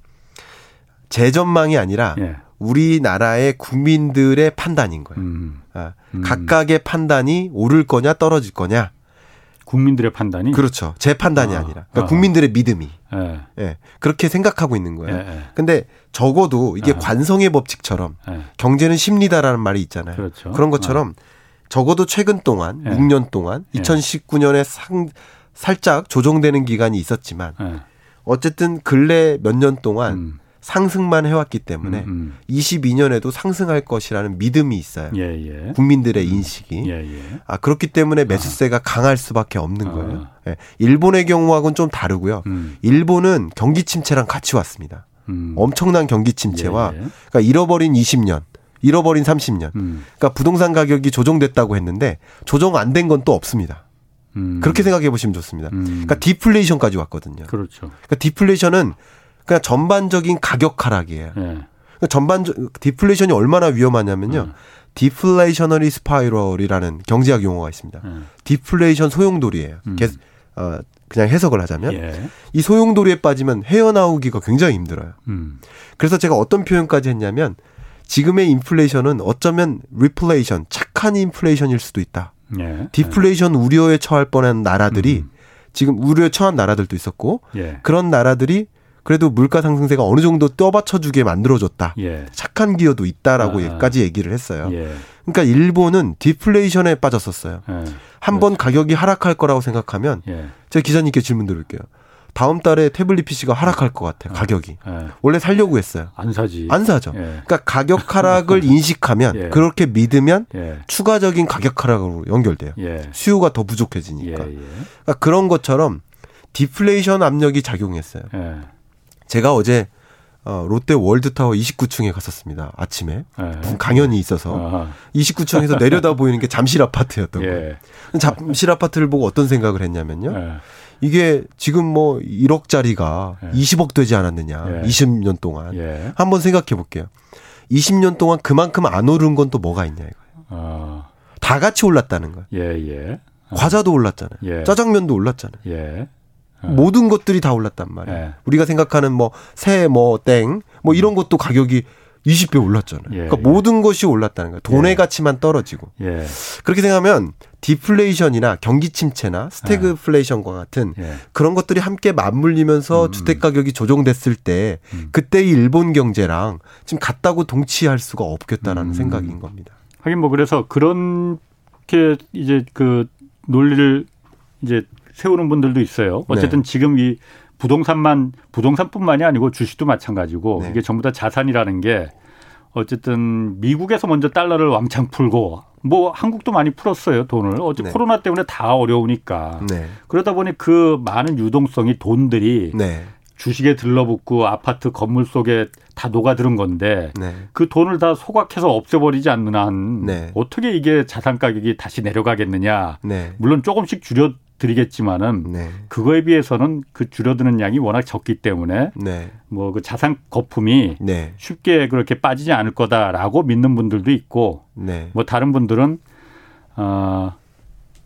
Speaker 2: 제 전망이 아니라
Speaker 1: 예.
Speaker 2: 우리나라의 국민들의 판단인 거예요.
Speaker 1: 음.
Speaker 2: 아,
Speaker 1: 음.
Speaker 2: 각각의 판단이 오를 거냐 떨어질 거냐.
Speaker 1: 국민들의 판단이
Speaker 2: 그렇죠. 제 판단이
Speaker 1: 음. 아.
Speaker 2: 아. 니라 그러니까
Speaker 1: 아.
Speaker 2: 국민들의 믿음이.
Speaker 1: 예.
Speaker 2: 예. 그렇게 생각하고 있는
Speaker 1: 예.
Speaker 2: 거예요.
Speaker 1: 예.
Speaker 2: 근데 적어도 이게
Speaker 1: 아.
Speaker 2: 관성의 법칙처럼
Speaker 1: 예.
Speaker 2: 경제는 심리다라는 말이 있잖아요.
Speaker 1: 그렇죠.
Speaker 2: 런 것처럼 적어도 최근 동안
Speaker 1: 예.
Speaker 2: 6년 동안
Speaker 1: 예.
Speaker 2: 2019년에 상, 살짝 조정되는 기간이 있었지만
Speaker 1: 예.
Speaker 2: 어쨌든 근래 몇 년 동안
Speaker 1: 음.
Speaker 2: 상승만 해왔기 때문에
Speaker 1: 음, 음.
Speaker 2: 22년에도 상승할 것이라는 믿음이 있어요.
Speaker 1: 예, 예.
Speaker 2: 네. 국민들의 인식이.
Speaker 1: 예, 예.
Speaker 2: 아 그렇기 때문에 매수세가 강할 수밖에 없는 거예요.
Speaker 1: 아.
Speaker 2: 예. 일본의 경우하고는 좀 다르고요.
Speaker 1: 음.
Speaker 2: 일본은 경기 침체랑 같이 왔습니다.
Speaker 1: 음.
Speaker 2: 엄청난 경기
Speaker 1: 예,
Speaker 2: 침체와
Speaker 1: 예.
Speaker 2: 그러니까 잃어버린 20년, 잃어버린 30년.
Speaker 1: 음.
Speaker 2: 그러니까 부동산 가격이 조정됐다고 했는데 조정 안 된 건 또 없습니다.
Speaker 1: 음.
Speaker 2: 그렇게 생각해 보시면 좋습니다.
Speaker 1: 음.
Speaker 2: 그러니까 디플레이션까지 왔거든요.
Speaker 1: 그렇죠.
Speaker 2: 그러니까 디플레이션은 그냥 전반적인 가격 하락이에요.
Speaker 1: 예.
Speaker 2: 그러니까 전반 디플레이션이 얼마나 위험하냐면요.
Speaker 1: 음.
Speaker 2: 디플레이셔너리 스파이럴이라는 경제학 용어가 있습니다.
Speaker 1: 예.
Speaker 2: 디플레이션 소용돌이에요.
Speaker 1: 음.
Speaker 2: 게- 어, 그냥 해석을 하자면
Speaker 1: 예.
Speaker 2: 이 소용돌이에 빠지면 헤어나오기가 굉장히 힘들어요.
Speaker 1: 음.
Speaker 2: 그래서 제가 어떤 표현까지 했냐면 지금의 인플레이션은 어쩌면 리플레이션 착한 인플레이션일 수도 있다.
Speaker 1: 예.
Speaker 2: 디플레이션 우려에 처할 뻔한 나라들이
Speaker 1: 음.
Speaker 2: 지금 우려에 처한 나라들도 있었고
Speaker 1: 예.
Speaker 2: 그런 나라들이 그래도 물가 상승세가 어느 정도 떠받쳐 주게 만들어줬다.
Speaker 1: 예.
Speaker 2: 착한 기여도 있다라고
Speaker 1: 아.
Speaker 2: 까지 얘기를 했어요.
Speaker 1: 예. 예.
Speaker 2: 그러니까 일본은 디플레이션에 빠졌었어요. 한 번 가격이 하락할 거라고 생각하면
Speaker 1: 그렇죠. 예.
Speaker 2: 제가 기자님께 질문 드릴게요. 다음 달에 태블릿 PC가 하락할 것 같아요. 가격이.
Speaker 1: 예.
Speaker 2: 원래 살려고 했어요.
Speaker 1: 안 사지.
Speaker 2: 안 사죠.
Speaker 1: 예.
Speaker 2: 그러니까 가격 하락을 인식하면
Speaker 1: 예.
Speaker 2: 그렇게 믿으면
Speaker 1: 예.
Speaker 2: 추가적인 가격 하락으로 연결돼요.
Speaker 1: 예.
Speaker 2: 수요가 더
Speaker 1: 예.
Speaker 2: 부족해지니까.
Speaker 1: 예.
Speaker 2: 그러니까 그런 것처럼 디플레이션 압력이 작용했어요.
Speaker 1: 예.
Speaker 2: 제가 어제 어, 롯데 월드타워 29층에 갔었습니다. 아침에 무슨
Speaker 1: 예.
Speaker 2: 강연이 있어서
Speaker 1: 아하.
Speaker 2: 29층에서 내려다 보이는 게 잠실 아파트였던 거예요.
Speaker 1: 예.
Speaker 2: 잠실 아파트를 보고 어떤 생각을 했냐면요.
Speaker 1: 예.
Speaker 2: 이게 지금 뭐 1억짜리가
Speaker 1: 예.
Speaker 2: 20억 되지 않았느냐.
Speaker 1: 예.
Speaker 2: 20년 동안.
Speaker 1: 예.
Speaker 2: 한번 생각해 볼게요. 20년 동안 그만큼 안 오른 건 또 뭐가 있냐 이거예요.
Speaker 1: 아.
Speaker 2: 다 같이 올랐다는 거예요.
Speaker 1: 예. 예.
Speaker 2: 과자도 올랐잖아요.
Speaker 1: 예.
Speaker 2: 짜장면도 올랐잖아요.
Speaker 1: 예. 예.
Speaker 2: 모든 것들이 다 올랐단 말이에요.
Speaker 1: 예. 음.
Speaker 2: 우리가 생각하는 뭐 뭐새뭐땡뭐 이런 것도 가격이 20배 올랐잖아요.
Speaker 1: 예,
Speaker 2: 그러니까
Speaker 1: 예.
Speaker 2: 모든 것이 올랐다는 거예요. 돈의
Speaker 1: 예.
Speaker 2: 가치만 떨어지고.
Speaker 1: 예.
Speaker 2: 그렇게 생각하면 디플레이션이나 경기 침체나 스태그플레이션과 같은
Speaker 1: 예.
Speaker 2: 그런 것들이 함께 맞물리면서
Speaker 1: 음.
Speaker 2: 주택 가격이 조정됐을 때
Speaker 1: 음.
Speaker 2: 그때의 일본 경제랑 지금 같다고 동치할 수가 없겠다라는
Speaker 1: 음.
Speaker 2: 생각인 겁니다.
Speaker 1: 하긴 뭐 그래서 그렇게 이제 그 논리를 이제 세우는 분들도 있어요.
Speaker 2: 네.
Speaker 1: 어쨌든 지금 이 부동산만 부동산뿐만이 아니고 주식도 마찬가지고
Speaker 2: 네.
Speaker 1: 이게 전부 다 자산이라는 게 어쨌든 미국에서 먼저 달러를 왕창 풀고 뭐 한국도 많이 풀었어요 돈을 어째
Speaker 2: 네.
Speaker 1: 코로나 때문에 다 어려우니까
Speaker 2: 네.
Speaker 1: 그러다 보니 그 많은 유동성이 돈들이
Speaker 2: 네.
Speaker 1: 주식에 들러붙고 아파트 건물 속에 다 녹아드는 건데
Speaker 2: 네.
Speaker 1: 그 돈을 다 소각해서 없애버리지 않는 한
Speaker 2: 네.
Speaker 1: 어떻게 이게 자산 가격이 다시 내려가겠느냐.
Speaker 2: 네.
Speaker 1: 물론 조금씩 줄여드리겠지만은
Speaker 2: 네.
Speaker 1: 그거에 비해서는 그 줄여드는 양이 워낙 적기 때문에
Speaker 2: 네.
Speaker 1: 뭐 그 자산 거품이
Speaker 2: 네.
Speaker 1: 쉽게 그렇게 빠지지 않을 거다라고 믿는 분들도 있고
Speaker 2: 네.
Speaker 1: 뭐 다른 분들은 어,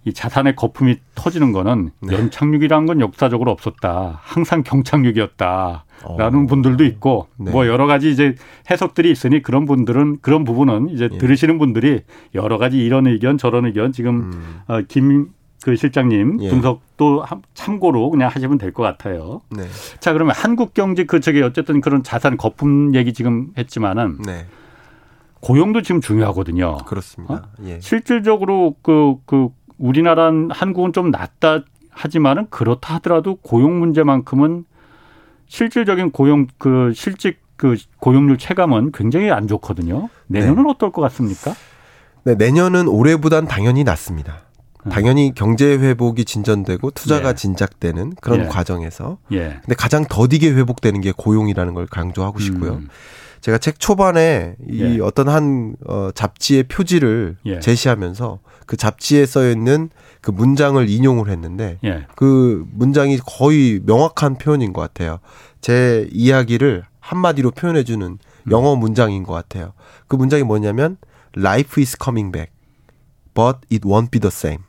Speaker 1: 이 자산의 거품이 터지는 거는
Speaker 2: 네.
Speaker 1: 연착륙이라는 건 역사적으로 없었다. 항상 경착륙이었다. 라는
Speaker 2: 어.
Speaker 1: 분들도 있고
Speaker 2: 네.
Speaker 1: 뭐 여러 가지 이제 해석들이 있으니 그런 분들은 그런 부분은 이제
Speaker 2: 예.
Speaker 1: 들으시는 분들이 여러 가지 이런 의견 저런 의견 지금
Speaker 2: 음.
Speaker 1: 어, 김그 실장님
Speaker 2: 예.
Speaker 1: 분석도 함- 참고로 그냥 하시면 될 것 같아요.
Speaker 2: 네.
Speaker 1: 자 그러면 한국 경제 그 저기 어쨌든 그런 자산 거품 얘기 지금 했지만은
Speaker 2: 네.
Speaker 1: 고용도 지금 중요하거든요. 어?
Speaker 2: 그렇습니다. 예.
Speaker 1: 실질적으로 그, 그 우리나라 한국은 좀 낫다 하지만은 그렇다 하더라도 고용 문제만큼은 실질적인 고용 그 실직 그 고용률 체감은 굉장히 안 좋거든요. 내년은 어떨 것 같습니까?
Speaker 2: 네, 내년은 올해보단 당연히 낮습니다. 당연히 경제 회복이 진전되고
Speaker 1: 음.
Speaker 2: 투자가
Speaker 1: 예.
Speaker 2: 진작되는 그런
Speaker 1: 예.
Speaker 2: 과정에서
Speaker 1: 예.
Speaker 2: 근데 가장 더디게 회복되는 게 고용이라는 걸 강조하고 싶고요.
Speaker 1: 음.
Speaker 2: 제가 책 초반에 이
Speaker 1: 예.
Speaker 2: 어떤 한 어, 잡지의 표지를
Speaker 1: 예.
Speaker 2: 제시하면서 그 잡지에 써 있는 그 문장을 인용을 했는데
Speaker 1: 예.
Speaker 2: 그 문장이 거의 명확한 표현인 것 같아요. 제 이야기를 한마디로 표현해주는
Speaker 1: 음.
Speaker 2: 영어 문장인 것 같아요. 그 문장이 뭐냐면 Life is coming back, but it won't be the same.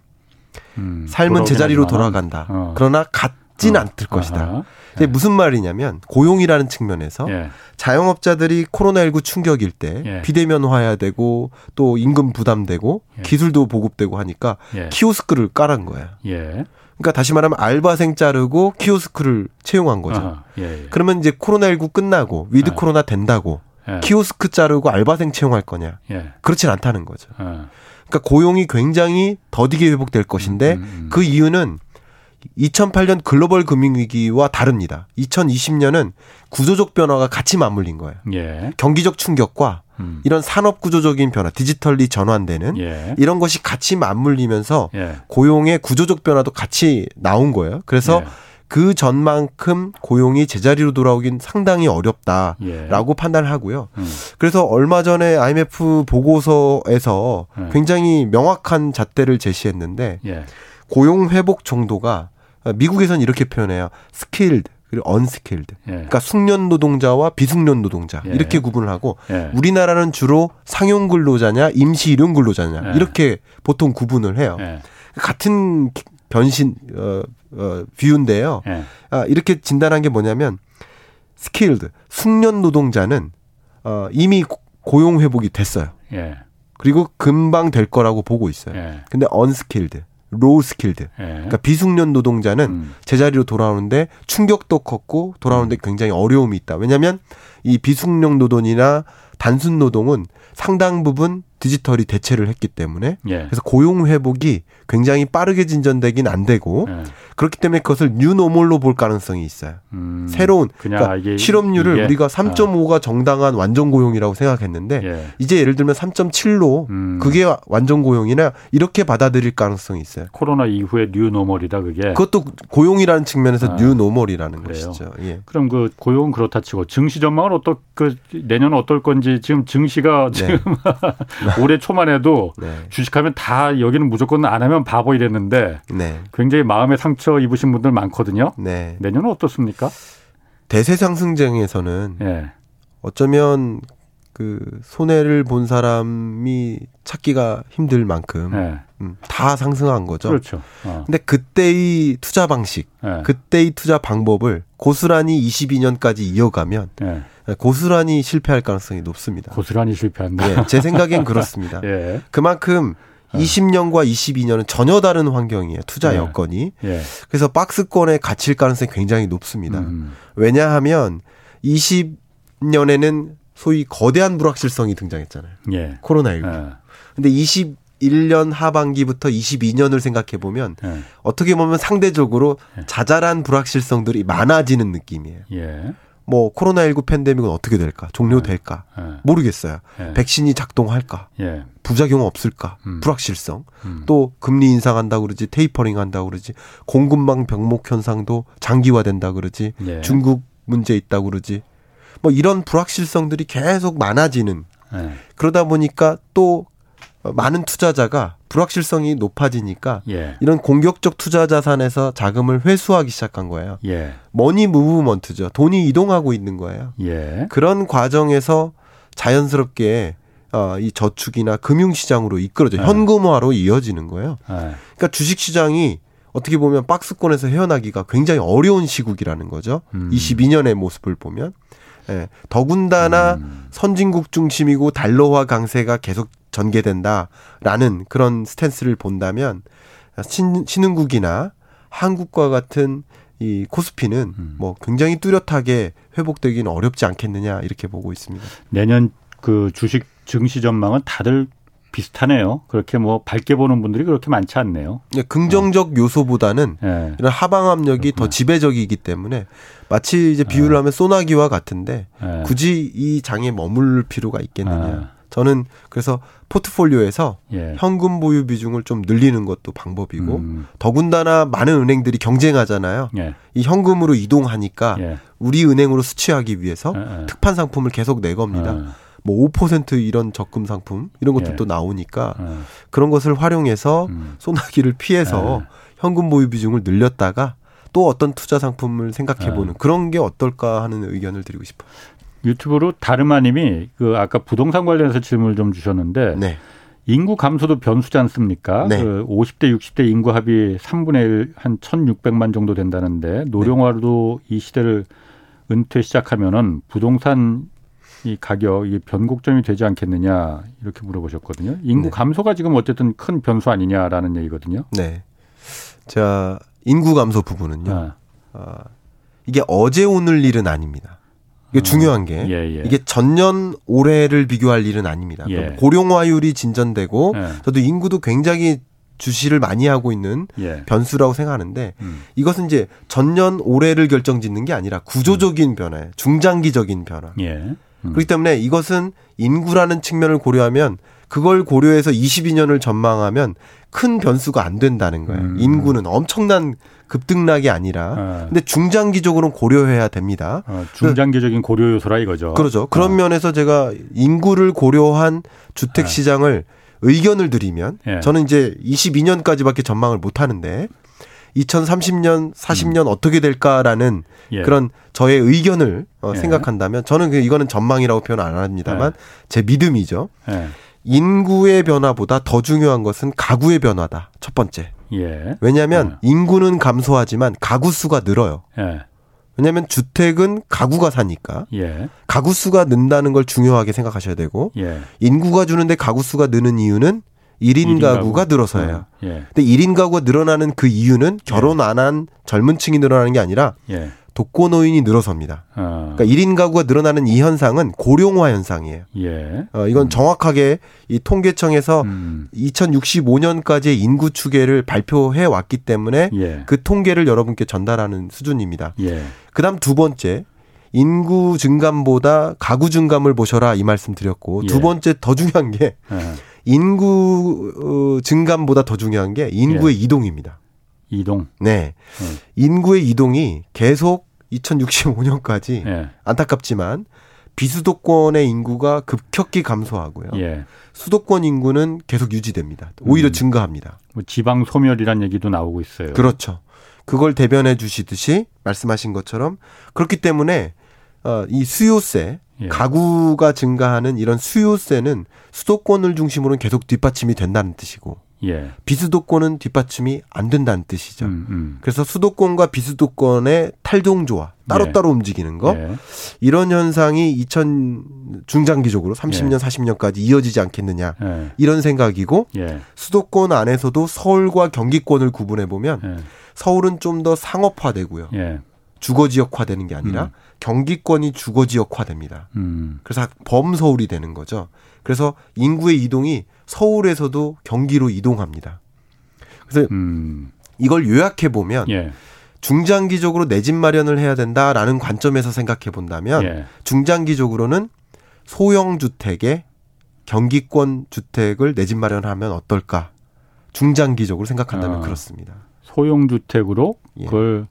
Speaker 1: 음,
Speaker 2: 삶은 제자리로
Speaker 1: 돌아오긴
Speaker 2: 돌아간다.
Speaker 1: 어.
Speaker 2: 그러나 같진
Speaker 1: 어.
Speaker 2: 않을 것이다. 어?
Speaker 1: 하지만. 아하.
Speaker 2: 이게 무슨 말이냐면 고용이라는 측면에서
Speaker 1: 예.
Speaker 2: 자영업자들이 코로나19 충격일 때
Speaker 1: 예.
Speaker 2: 비대면화해야 되고 또 임금 부담되고
Speaker 1: 예.
Speaker 2: 기술도 보급되고 하니까
Speaker 1: 예.
Speaker 2: 키오스크를 깔은 거예요.
Speaker 1: 예.
Speaker 2: 그러니까 다시 말하면 알바생 자르고 키오스크를 채용한 거죠.
Speaker 1: 아하. 예. 예.
Speaker 2: 그러면 이제 코로나19 끝나고 위드
Speaker 1: 예.
Speaker 2: 코로나 된다고
Speaker 1: 예.
Speaker 2: 키오스크 자르고 알바생 채용할 거냐?
Speaker 1: 예.
Speaker 2: 그렇진 않다는 거죠.
Speaker 1: 어.
Speaker 2: 그러니까 고용이 굉장히 더디게 회복될 것인데
Speaker 1: 음, 음.
Speaker 2: 그 이유는 2008년 글로벌 금융위기와 다릅니다. 2020년은 구조적 변화가 같이 맞물린 거예요.
Speaker 1: 예.
Speaker 2: 경기적 충격과
Speaker 1: 음.
Speaker 2: 이런 산업 구조적인 변화, 디지털리 전환되는
Speaker 1: 예.
Speaker 2: 이런 것이 같이 맞물리면서
Speaker 1: 예.
Speaker 2: 고용의 구조적 변화도 같이 나온 거예요. 그래서
Speaker 1: 예.
Speaker 2: 그 전만큼 고용이 제자리로 돌아오긴 상당히 어렵다라고
Speaker 1: 예.
Speaker 2: 판단을 하고요.
Speaker 1: 음.
Speaker 2: 그래서 얼마 전에 IMF 보고서에서
Speaker 1: 음.
Speaker 2: 굉장히 명확한 잣대를 제시했는데
Speaker 1: 예.
Speaker 2: 고용 회복 정도가 미국에선 이렇게 표현해요. skilled 그리고 unskilled.
Speaker 1: 예.
Speaker 2: 그러니까 숙련 노동자와 비숙련 노동자
Speaker 1: 예.
Speaker 2: 이렇게 구분을 하고
Speaker 1: 예.
Speaker 2: 우리나라는 주로 상용 근로자냐 임시 일용 근로자냐
Speaker 1: 예.
Speaker 2: 이렇게 보통 구분을 해요.
Speaker 1: 예.
Speaker 2: 같은 기- 변신 어, 어 비유인데요.
Speaker 1: 예.
Speaker 2: 아, 이렇게 진단한 게 뭐냐면 skilled 숙련 노동자는 어 이미 고- 고용 회복이 됐어요.
Speaker 1: 예.
Speaker 2: 그리고 금방 될 거라고 보고 있어요.
Speaker 1: 예.
Speaker 2: 근데 unskilled, low skilled
Speaker 1: 예.
Speaker 2: 그러니까 비숙련 노동자는
Speaker 1: 음.
Speaker 2: 제자리로 돌아오는데 충격도 컸고 돌아오는데 굉장히 어려움이 있다. 왜냐하면 이 비숙련 노동이나 단순 노동은 상당 부분 디지털이 대체를 했기 때문에
Speaker 1: 예.
Speaker 2: 그래서 고용 회복이 굉장히 빠르게 진전되긴 안 되고
Speaker 1: 예.
Speaker 2: 그렇기 때문에 그것을 뉴노멀로 볼 가능성이 있어요.
Speaker 1: 음.
Speaker 2: 새로운
Speaker 1: 그냥
Speaker 2: 그러니까
Speaker 1: 이게-
Speaker 2: 실업률을
Speaker 1: 이게-
Speaker 2: 우리가
Speaker 1: 아.
Speaker 2: 3.5가 정당한 완전 고용이라고 생각했는데
Speaker 1: 예.
Speaker 2: 이제 예를 들면 3.7로
Speaker 1: 음.
Speaker 2: 그게 완전 고용이나 이렇게 받아들일 가능성이 있어요.
Speaker 1: 코로나 이후의 뉴노멀이다 그게.
Speaker 2: 그것도 고용이라는 측면에서
Speaker 1: 네. 아,
Speaker 2: 뉴노멀이라는
Speaker 1: 그래요?
Speaker 2: 것이죠. 예.
Speaker 1: 그럼 그 고용은 그렇다 치고 증시 전망은 어떨 그 내년은 어떨 건지 지금 증시가 지금 올해 초만 해도
Speaker 2: 네.
Speaker 1: 주식하면 다 여기는 무조건 안 하면 바보 이랬는데
Speaker 2: 네.
Speaker 1: 굉장히 마음에 상처 입으신 분들 많거든요.
Speaker 2: 네.
Speaker 1: 내년은 어떻습니까?
Speaker 2: 대세 상승장에서는
Speaker 1: 예.
Speaker 2: 어쩌면 그 손해를 본 사람이 찾기가 힘들 만큼
Speaker 1: 예.
Speaker 2: 음, 다 상승한 거죠.
Speaker 1: 그렇죠. 어.
Speaker 2: 근데 그때의 투자 방식,
Speaker 1: 예.
Speaker 2: 그때의 투자 방법을 고스란히 22년까지 이어가면
Speaker 1: 예.
Speaker 2: 고스란히 실패할 가능성이 높습니다.
Speaker 1: 고스란히 실패한다.
Speaker 2: 예, 제 생각엔 그렇습니다.
Speaker 1: 예.
Speaker 2: 그만큼 20년과 22년은 전혀 다른 환경이에요. 투자
Speaker 1: 네.
Speaker 2: 여건이.
Speaker 1: 예.
Speaker 2: 그래서 박스권에 갇힐 가능성이 굉장히 높습니다.
Speaker 1: 음.
Speaker 2: 왜냐하면 20년에는 소위 거대한 불확실성이 등장했잖아요.
Speaker 1: 예.
Speaker 2: 코로나19.
Speaker 1: 예.
Speaker 2: 근데 21년 하반기부터 22년을 생각해 보면
Speaker 1: 예.
Speaker 2: 어떻게 보면 상대적으로 자잘한 불확실성들이 많아지는 느낌이에요.
Speaker 1: 예. 예.
Speaker 2: 뭐 코로나19 팬데믹은 어떻게 될까? 종료될까? 모르겠어요.
Speaker 1: 예.
Speaker 2: 백신이 작동할까?
Speaker 1: 예.
Speaker 2: 부작용 없을까?
Speaker 1: 음.
Speaker 2: 불확실성.
Speaker 1: 음.
Speaker 2: 또 금리 인상한다 그러지 테이퍼링 한다 그러지 공급망 병목 현상도 장기화된다 그러지
Speaker 1: 예.
Speaker 2: 중국 문제 있다 그러지 뭐 이런 불확실성들이 계속 많아지는
Speaker 1: 예.
Speaker 2: 그러다 보니까 또 많은 투자자가 불확실성이 높아지니까
Speaker 1: 예.
Speaker 2: 이런 공격적 투자 자산에서 자금을 회수하기 시작한 거예요.
Speaker 1: 예.
Speaker 2: 머니 무브먼트죠. 돈이 이동하고 있는 거예요.
Speaker 1: 예.
Speaker 2: 그런 과정에서 자연스럽게 어, 이 저축이나 금융시장으로 이끌어져
Speaker 1: 네.
Speaker 2: 현금화로 이어지는 거예요.
Speaker 1: 예.
Speaker 2: 그러니까 주식시장이 어떻게 보면 박스권에서 헤어나기가 굉장히 어려운 시국이라는 거죠.
Speaker 1: 음.
Speaker 2: 22년의 모습을 보면. 예, 더군다나
Speaker 1: 음.
Speaker 2: 선진국 중심이고 달러화 강세가 계속 전개된다라는 그런 스탠스를 본다면 신, 신흥국이나 한국과 같은 이 코스피는
Speaker 1: 음.
Speaker 2: 뭐 굉장히 뚜렷하게 회복되기는 어렵지 않겠느냐 이렇게 보고 있습니다.
Speaker 1: 내년 그 주식 증시 전망은 다들 비슷하네요. 그렇게 뭐 밝게 보는 분들이 그렇게 많지 않네요.
Speaker 2: 예,
Speaker 1: 어.
Speaker 2: 긍정적 요소보다는
Speaker 1: 예.
Speaker 2: 이런 하방 압력이
Speaker 1: 네.
Speaker 2: 더 지배적이기 때문에 마치 이제 비유를 하면 소나기와 같은데
Speaker 1: 예.
Speaker 2: 굳이 이 장에 머물 필요가
Speaker 1: 네.
Speaker 2: 있겠느냐. 저는 그래서 포트폴리오에서
Speaker 1: 예.
Speaker 2: 현금 보유 비중을 좀 늘리는 것도 방법이고
Speaker 1: 음,
Speaker 2: 더군다나 많은 은행들이 경쟁하잖아요.
Speaker 1: 예.
Speaker 2: 이 현금으로 이동하니까
Speaker 1: 예.
Speaker 2: 우리 은행으로 수취하기 위해서
Speaker 1: 예, 예.
Speaker 2: 특판 상품을 계속 내겁니다.
Speaker 1: 어,
Speaker 2: 뭐 5% 이런 적금 상품 이런 것도
Speaker 1: 예.
Speaker 2: 또 나오니까
Speaker 1: 어,
Speaker 2: 그런 것을 활용해서
Speaker 1: 음. 네.
Speaker 2: 소나기를 피해서 현금 보유 비중을 늘렸다가 또 어떤 투자 상품을
Speaker 1: 네.
Speaker 2: 생각해보는 그런 게 어떨까 하는 의견을 드리고 싶어요.
Speaker 1: 유튜브로 다르마님이 그 아까 부동산 관련해서 질문을 좀 주셨는데
Speaker 2: 네,
Speaker 1: 인구 감소도 변수지 않습니까?
Speaker 2: 네.
Speaker 1: 그 50대 60대 인구 합이 3분의 1한 1,600만 정도 된다는데 노령화로 이 시대를 은퇴 시작하면은 부동산 이 가격이 변곡점이 되지 않겠느냐 이렇게 물어보셨거든요. 인구
Speaker 2: 네.
Speaker 1: 감소가 지금 어쨌든 큰 변수 아니냐라는 얘기거든요.
Speaker 2: 네. 자 인구 감소 부분은요.
Speaker 1: 아,
Speaker 2: 아, 이게 어제 오늘 일은 아닙니다. 이게 중요한 게
Speaker 1: 예, 예.
Speaker 2: 이게 전년 올해를 비교할 일은 아닙니다.
Speaker 1: 예.
Speaker 2: 그럼 고령화율이 진전되고
Speaker 1: 예.
Speaker 2: 저도 인구도 굉장히 주시를 많이 하고 있는
Speaker 1: 예.
Speaker 2: 변수라고 생각하는데
Speaker 1: 음.
Speaker 2: 이것은 이제 전년 올해를 결정짓는 게 아니라 구조적인 변화, 중장기적인 변화.
Speaker 1: 예. 음.
Speaker 2: 그렇기 때문에 이것은 인구라는 측면을 고려하면 그걸 고려해서 22년을 전망하면 큰 변수가 안 된다는 거예요.
Speaker 1: 음.
Speaker 2: 인구는 엄청난 급등락이 아니라
Speaker 1: 아,
Speaker 2: 근데 중장기적으로는 고려해야 됩니다.
Speaker 1: 어, 중장기적인 고려 요소라 이거죠. 어.
Speaker 2: 그러죠. 그런 면에서 제가 인구를 고려한 주택 시장을 의견을 드리면
Speaker 1: 네. 예.
Speaker 2: 저는 이제 22년까지밖에 전망을 못 하는데 2030년, 40년 어떻게 될까라는
Speaker 1: 음. 예.
Speaker 2: 그런 저의 의견을 어,
Speaker 1: 예. 네.
Speaker 2: 생각한다면 저는 그냥 이거는 전망이라고 표현 안 합니다만 제 믿음이죠.
Speaker 1: 예.
Speaker 2: 인구의 변화보다 더 중요한 것은 가구의 변화다. 첫 번째.
Speaker 1: 예.
Speaker 2: 왜냐하면 인구는 감소하지만 가구 수가 늘어요.
Speaker 1: 예.
Speaker 2: 왜냐하면 주택은 가구가 사니까
Speaker 1: 예.
Speaker 2: 가구 수가 는다는 걸 중요하게 생각하셔야 되고
Speaker 1: 예.
Speaker 2: 인구가 주는데 가구 수가 느는 이유는 일인
Speaker 1: 일인
Speaker 2: 가구가 네.
Speaker 1: 가구.
Speaker 2: 늘어서예요.
Speaker 1: 예.
Speaker 2: 근데 일인 가구가 늘어나는 그 이유는 결혼 안 한 젊은 층이 늘어나는 게 아니라
Speaker 1: 예.
Speaker 2: 독거노인이 늘어섭니다.
Speaker 1: 어,
Speaker 2: 그러니까 일인 가구가 늘어나는 이 현상은 고령화 현상이에요.
Speaker 1: 예.
Speaker 2: 어, 이건 정확하게 이 통계청에서
Speaker 1: 음.
Speaker 2: 2065년까지의 인구 추계를 발표해 왔기 때문에
Speaker 1: 예.
Speaker 2: 그 통계를 여러분께 전달하는 수준입니다.
Speaker 1: 예.
Speaker 2: 그다음 두 번째 인구 증감보다 가구 증감을 보셔라 이 말씀 드렸고
Speaker 1: 예.
Speaker 2: 두 번째 더 중요한 게
Speaker 1: 예.
Speaker 2: 인구 어, 증감보다 더 중요한 게 인구의
Speaker 1: 예.
Speaker 2: 이동입니다.
Speaker 1: 이동.
Speaker 2: 네,
Speaker 1: 음.
Speaker 2: 인구의 이동이 계속 2065년까지
Speaker 1: 예.
Speaker 2: 안타깝지만 비수도권의 인구가 급격히 감소하고요.
Speaker 1: 예.
Speaker 2: 수도권 인구는 계속 유지됩니다. 오히려 증가합니다.
Speaker 1: 뭐 지방 소멸이란 얘기도 나오고 있어요.
Speaker 2: 그렇죠. 그걸 대변해 주시듯이 말씀하신 것처럼 그렇기 때문에 어, 이 수요세
Speaker 1: 예.
Speaker 2: 가구가 증가하는 이런 수요세는 수도권을 중심으로는 계속 뒷받침이 된다는 뜻이고
Speaker 1: 예.
Speaker 2: 비수도권은 뒷받침이 안 된다는 뜻이죠.
Speaker 1: 음, 음.
Speaker 2: 그래서 수도권과 비수도권의 탈동조화 따로따로 움직이는 거
Speaker 1: 예.
Speaker 2: 이런 현상이 2000 중장기적으로 30년 40년까지 이어지지 않겠느냐
Speaker 1: 예.
Speaker 2: 이런 생각이고
Speaker 1: 예.
Speaker 2: 수도권 안에서도 서울과 경기권을 구분해 보면
Speaker 1: 예.
Speaker 2: 서울은 좀 더 상업화되고요.
Speaker 1: 예.
Speaker 2: 주거 지역화되는 게 아니라
Speaker 1: 음.
Speaker 2: 경기권이 주거 지역화됩니다.
Speaker 1: 음.
Speaker 2: 그래서 범서울이 되는 거죠. 그래서 인구의 이동이 서울에서도 경기로 이동합니다. 그래서
Speaker 1: 음.
Speaker 2: 이걸 요약해 보면
Speaker 1: 예.
Speaker 2: 중장기적으로 내 집 마련을 해야 된다라는 관점에서 생각해 본다면
Speaker 1: 예.
Speaker 2: 중장기적으로는 소형 주택에 경기권 주택을 내 집 마련하면 어떨까? 중장기적으로 생각한다면
Speaker 1: 아.
Speaker 2: 그렇습니다.
Speaker 1: 소형 주택으로
Speaker 2: 예.
Speaker 1: 그걸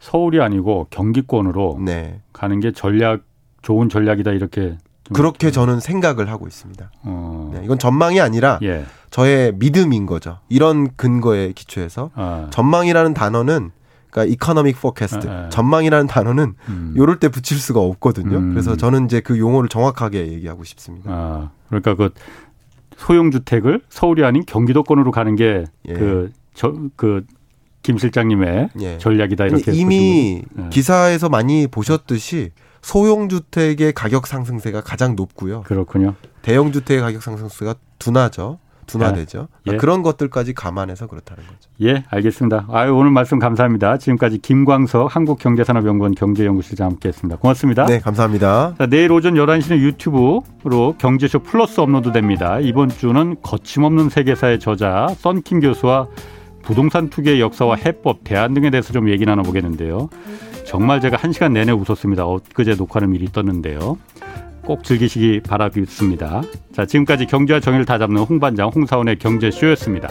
Speaker 1: 서울이 아니고 경기권으로
Speaker 2: 네.
Speaker 1: 가는 게 전략 좋은 전략이다 이렇게 좀,
Speaker 2: 그렇게 저는 생각을 하고 있습니다.
Speaker 1: 어.
Speaker 2: 네, 이건 전망이 아니라
Speaker 1: 예.
Speaker 2: 저의 믿음인 거죠. 이런 근거에 기초해서
Speaker 1: 아.
Speaker 2: 전망이라는 단어는 그러니까 economic forecast
Speaker 1: 아, 아.
Speaker 2: 전망이라는 단어는
Speaker 1: 음.
Speaker 2: 요럴 때 붙일 수가 없거든요.
Speaker 1: 음.
Speaker 2: 그래서 저는 이제 그 용어를 정확하게 얘기하고 싶습니다.
Speaker 1: 아, 그러니까 그 소형 주택을 서울이 아닌 경기도권으로 가는
Speaker 2: 예.
Speaker 1: 게 그 저 그 김 실장님의
Speaker 2: 예.
Speaker 1: 아, 전략이다 이렇게
Speaker 2: 근데 이미
Speaker 1: 보시면- 예.
Speaker 2: 기사에서 많이 보셨듯이 소형 주택의 가격 상승세가 가장 높고요.
Speaker 1: 그렇군요.
Speaker 2: 대형 주택의 가격 상승세가 둔하죠. 둔화되죠. 그러니까
Speaker 1: 예.
Speaker 2: 그런 것들까지 감안해서 그렇다는 거죠.
Speaker 1: 예, 알겠습니다. 아유, 오늘 말씀 감사합니다. 지금까지 김광석 한국경제산업연구원 경제연구실장 함께했습니다. 고맙습니다.
Speaker 2: 네, 감사합니다.
Speaker 1: 자, 내일 오전 11시는 유튜브로 경제쇼 플러스 업로드됩니다. 이번 주는 거침없는 세계사의 저자 썬킴 교수와 부동산 투기의 역사와 해법, 대안 등에 대해서 좀 얘기 나눠보겠는데요. 정말 제가 한 시간 내내 웃었습니다. 엊그제 녹화는 미리 떴는데요. 꼭 즐기시기 바라겠습니다. 자, 지금까지 경제와 정의를 다잡는 홍반장 홍사원의 경제쇼였습니다.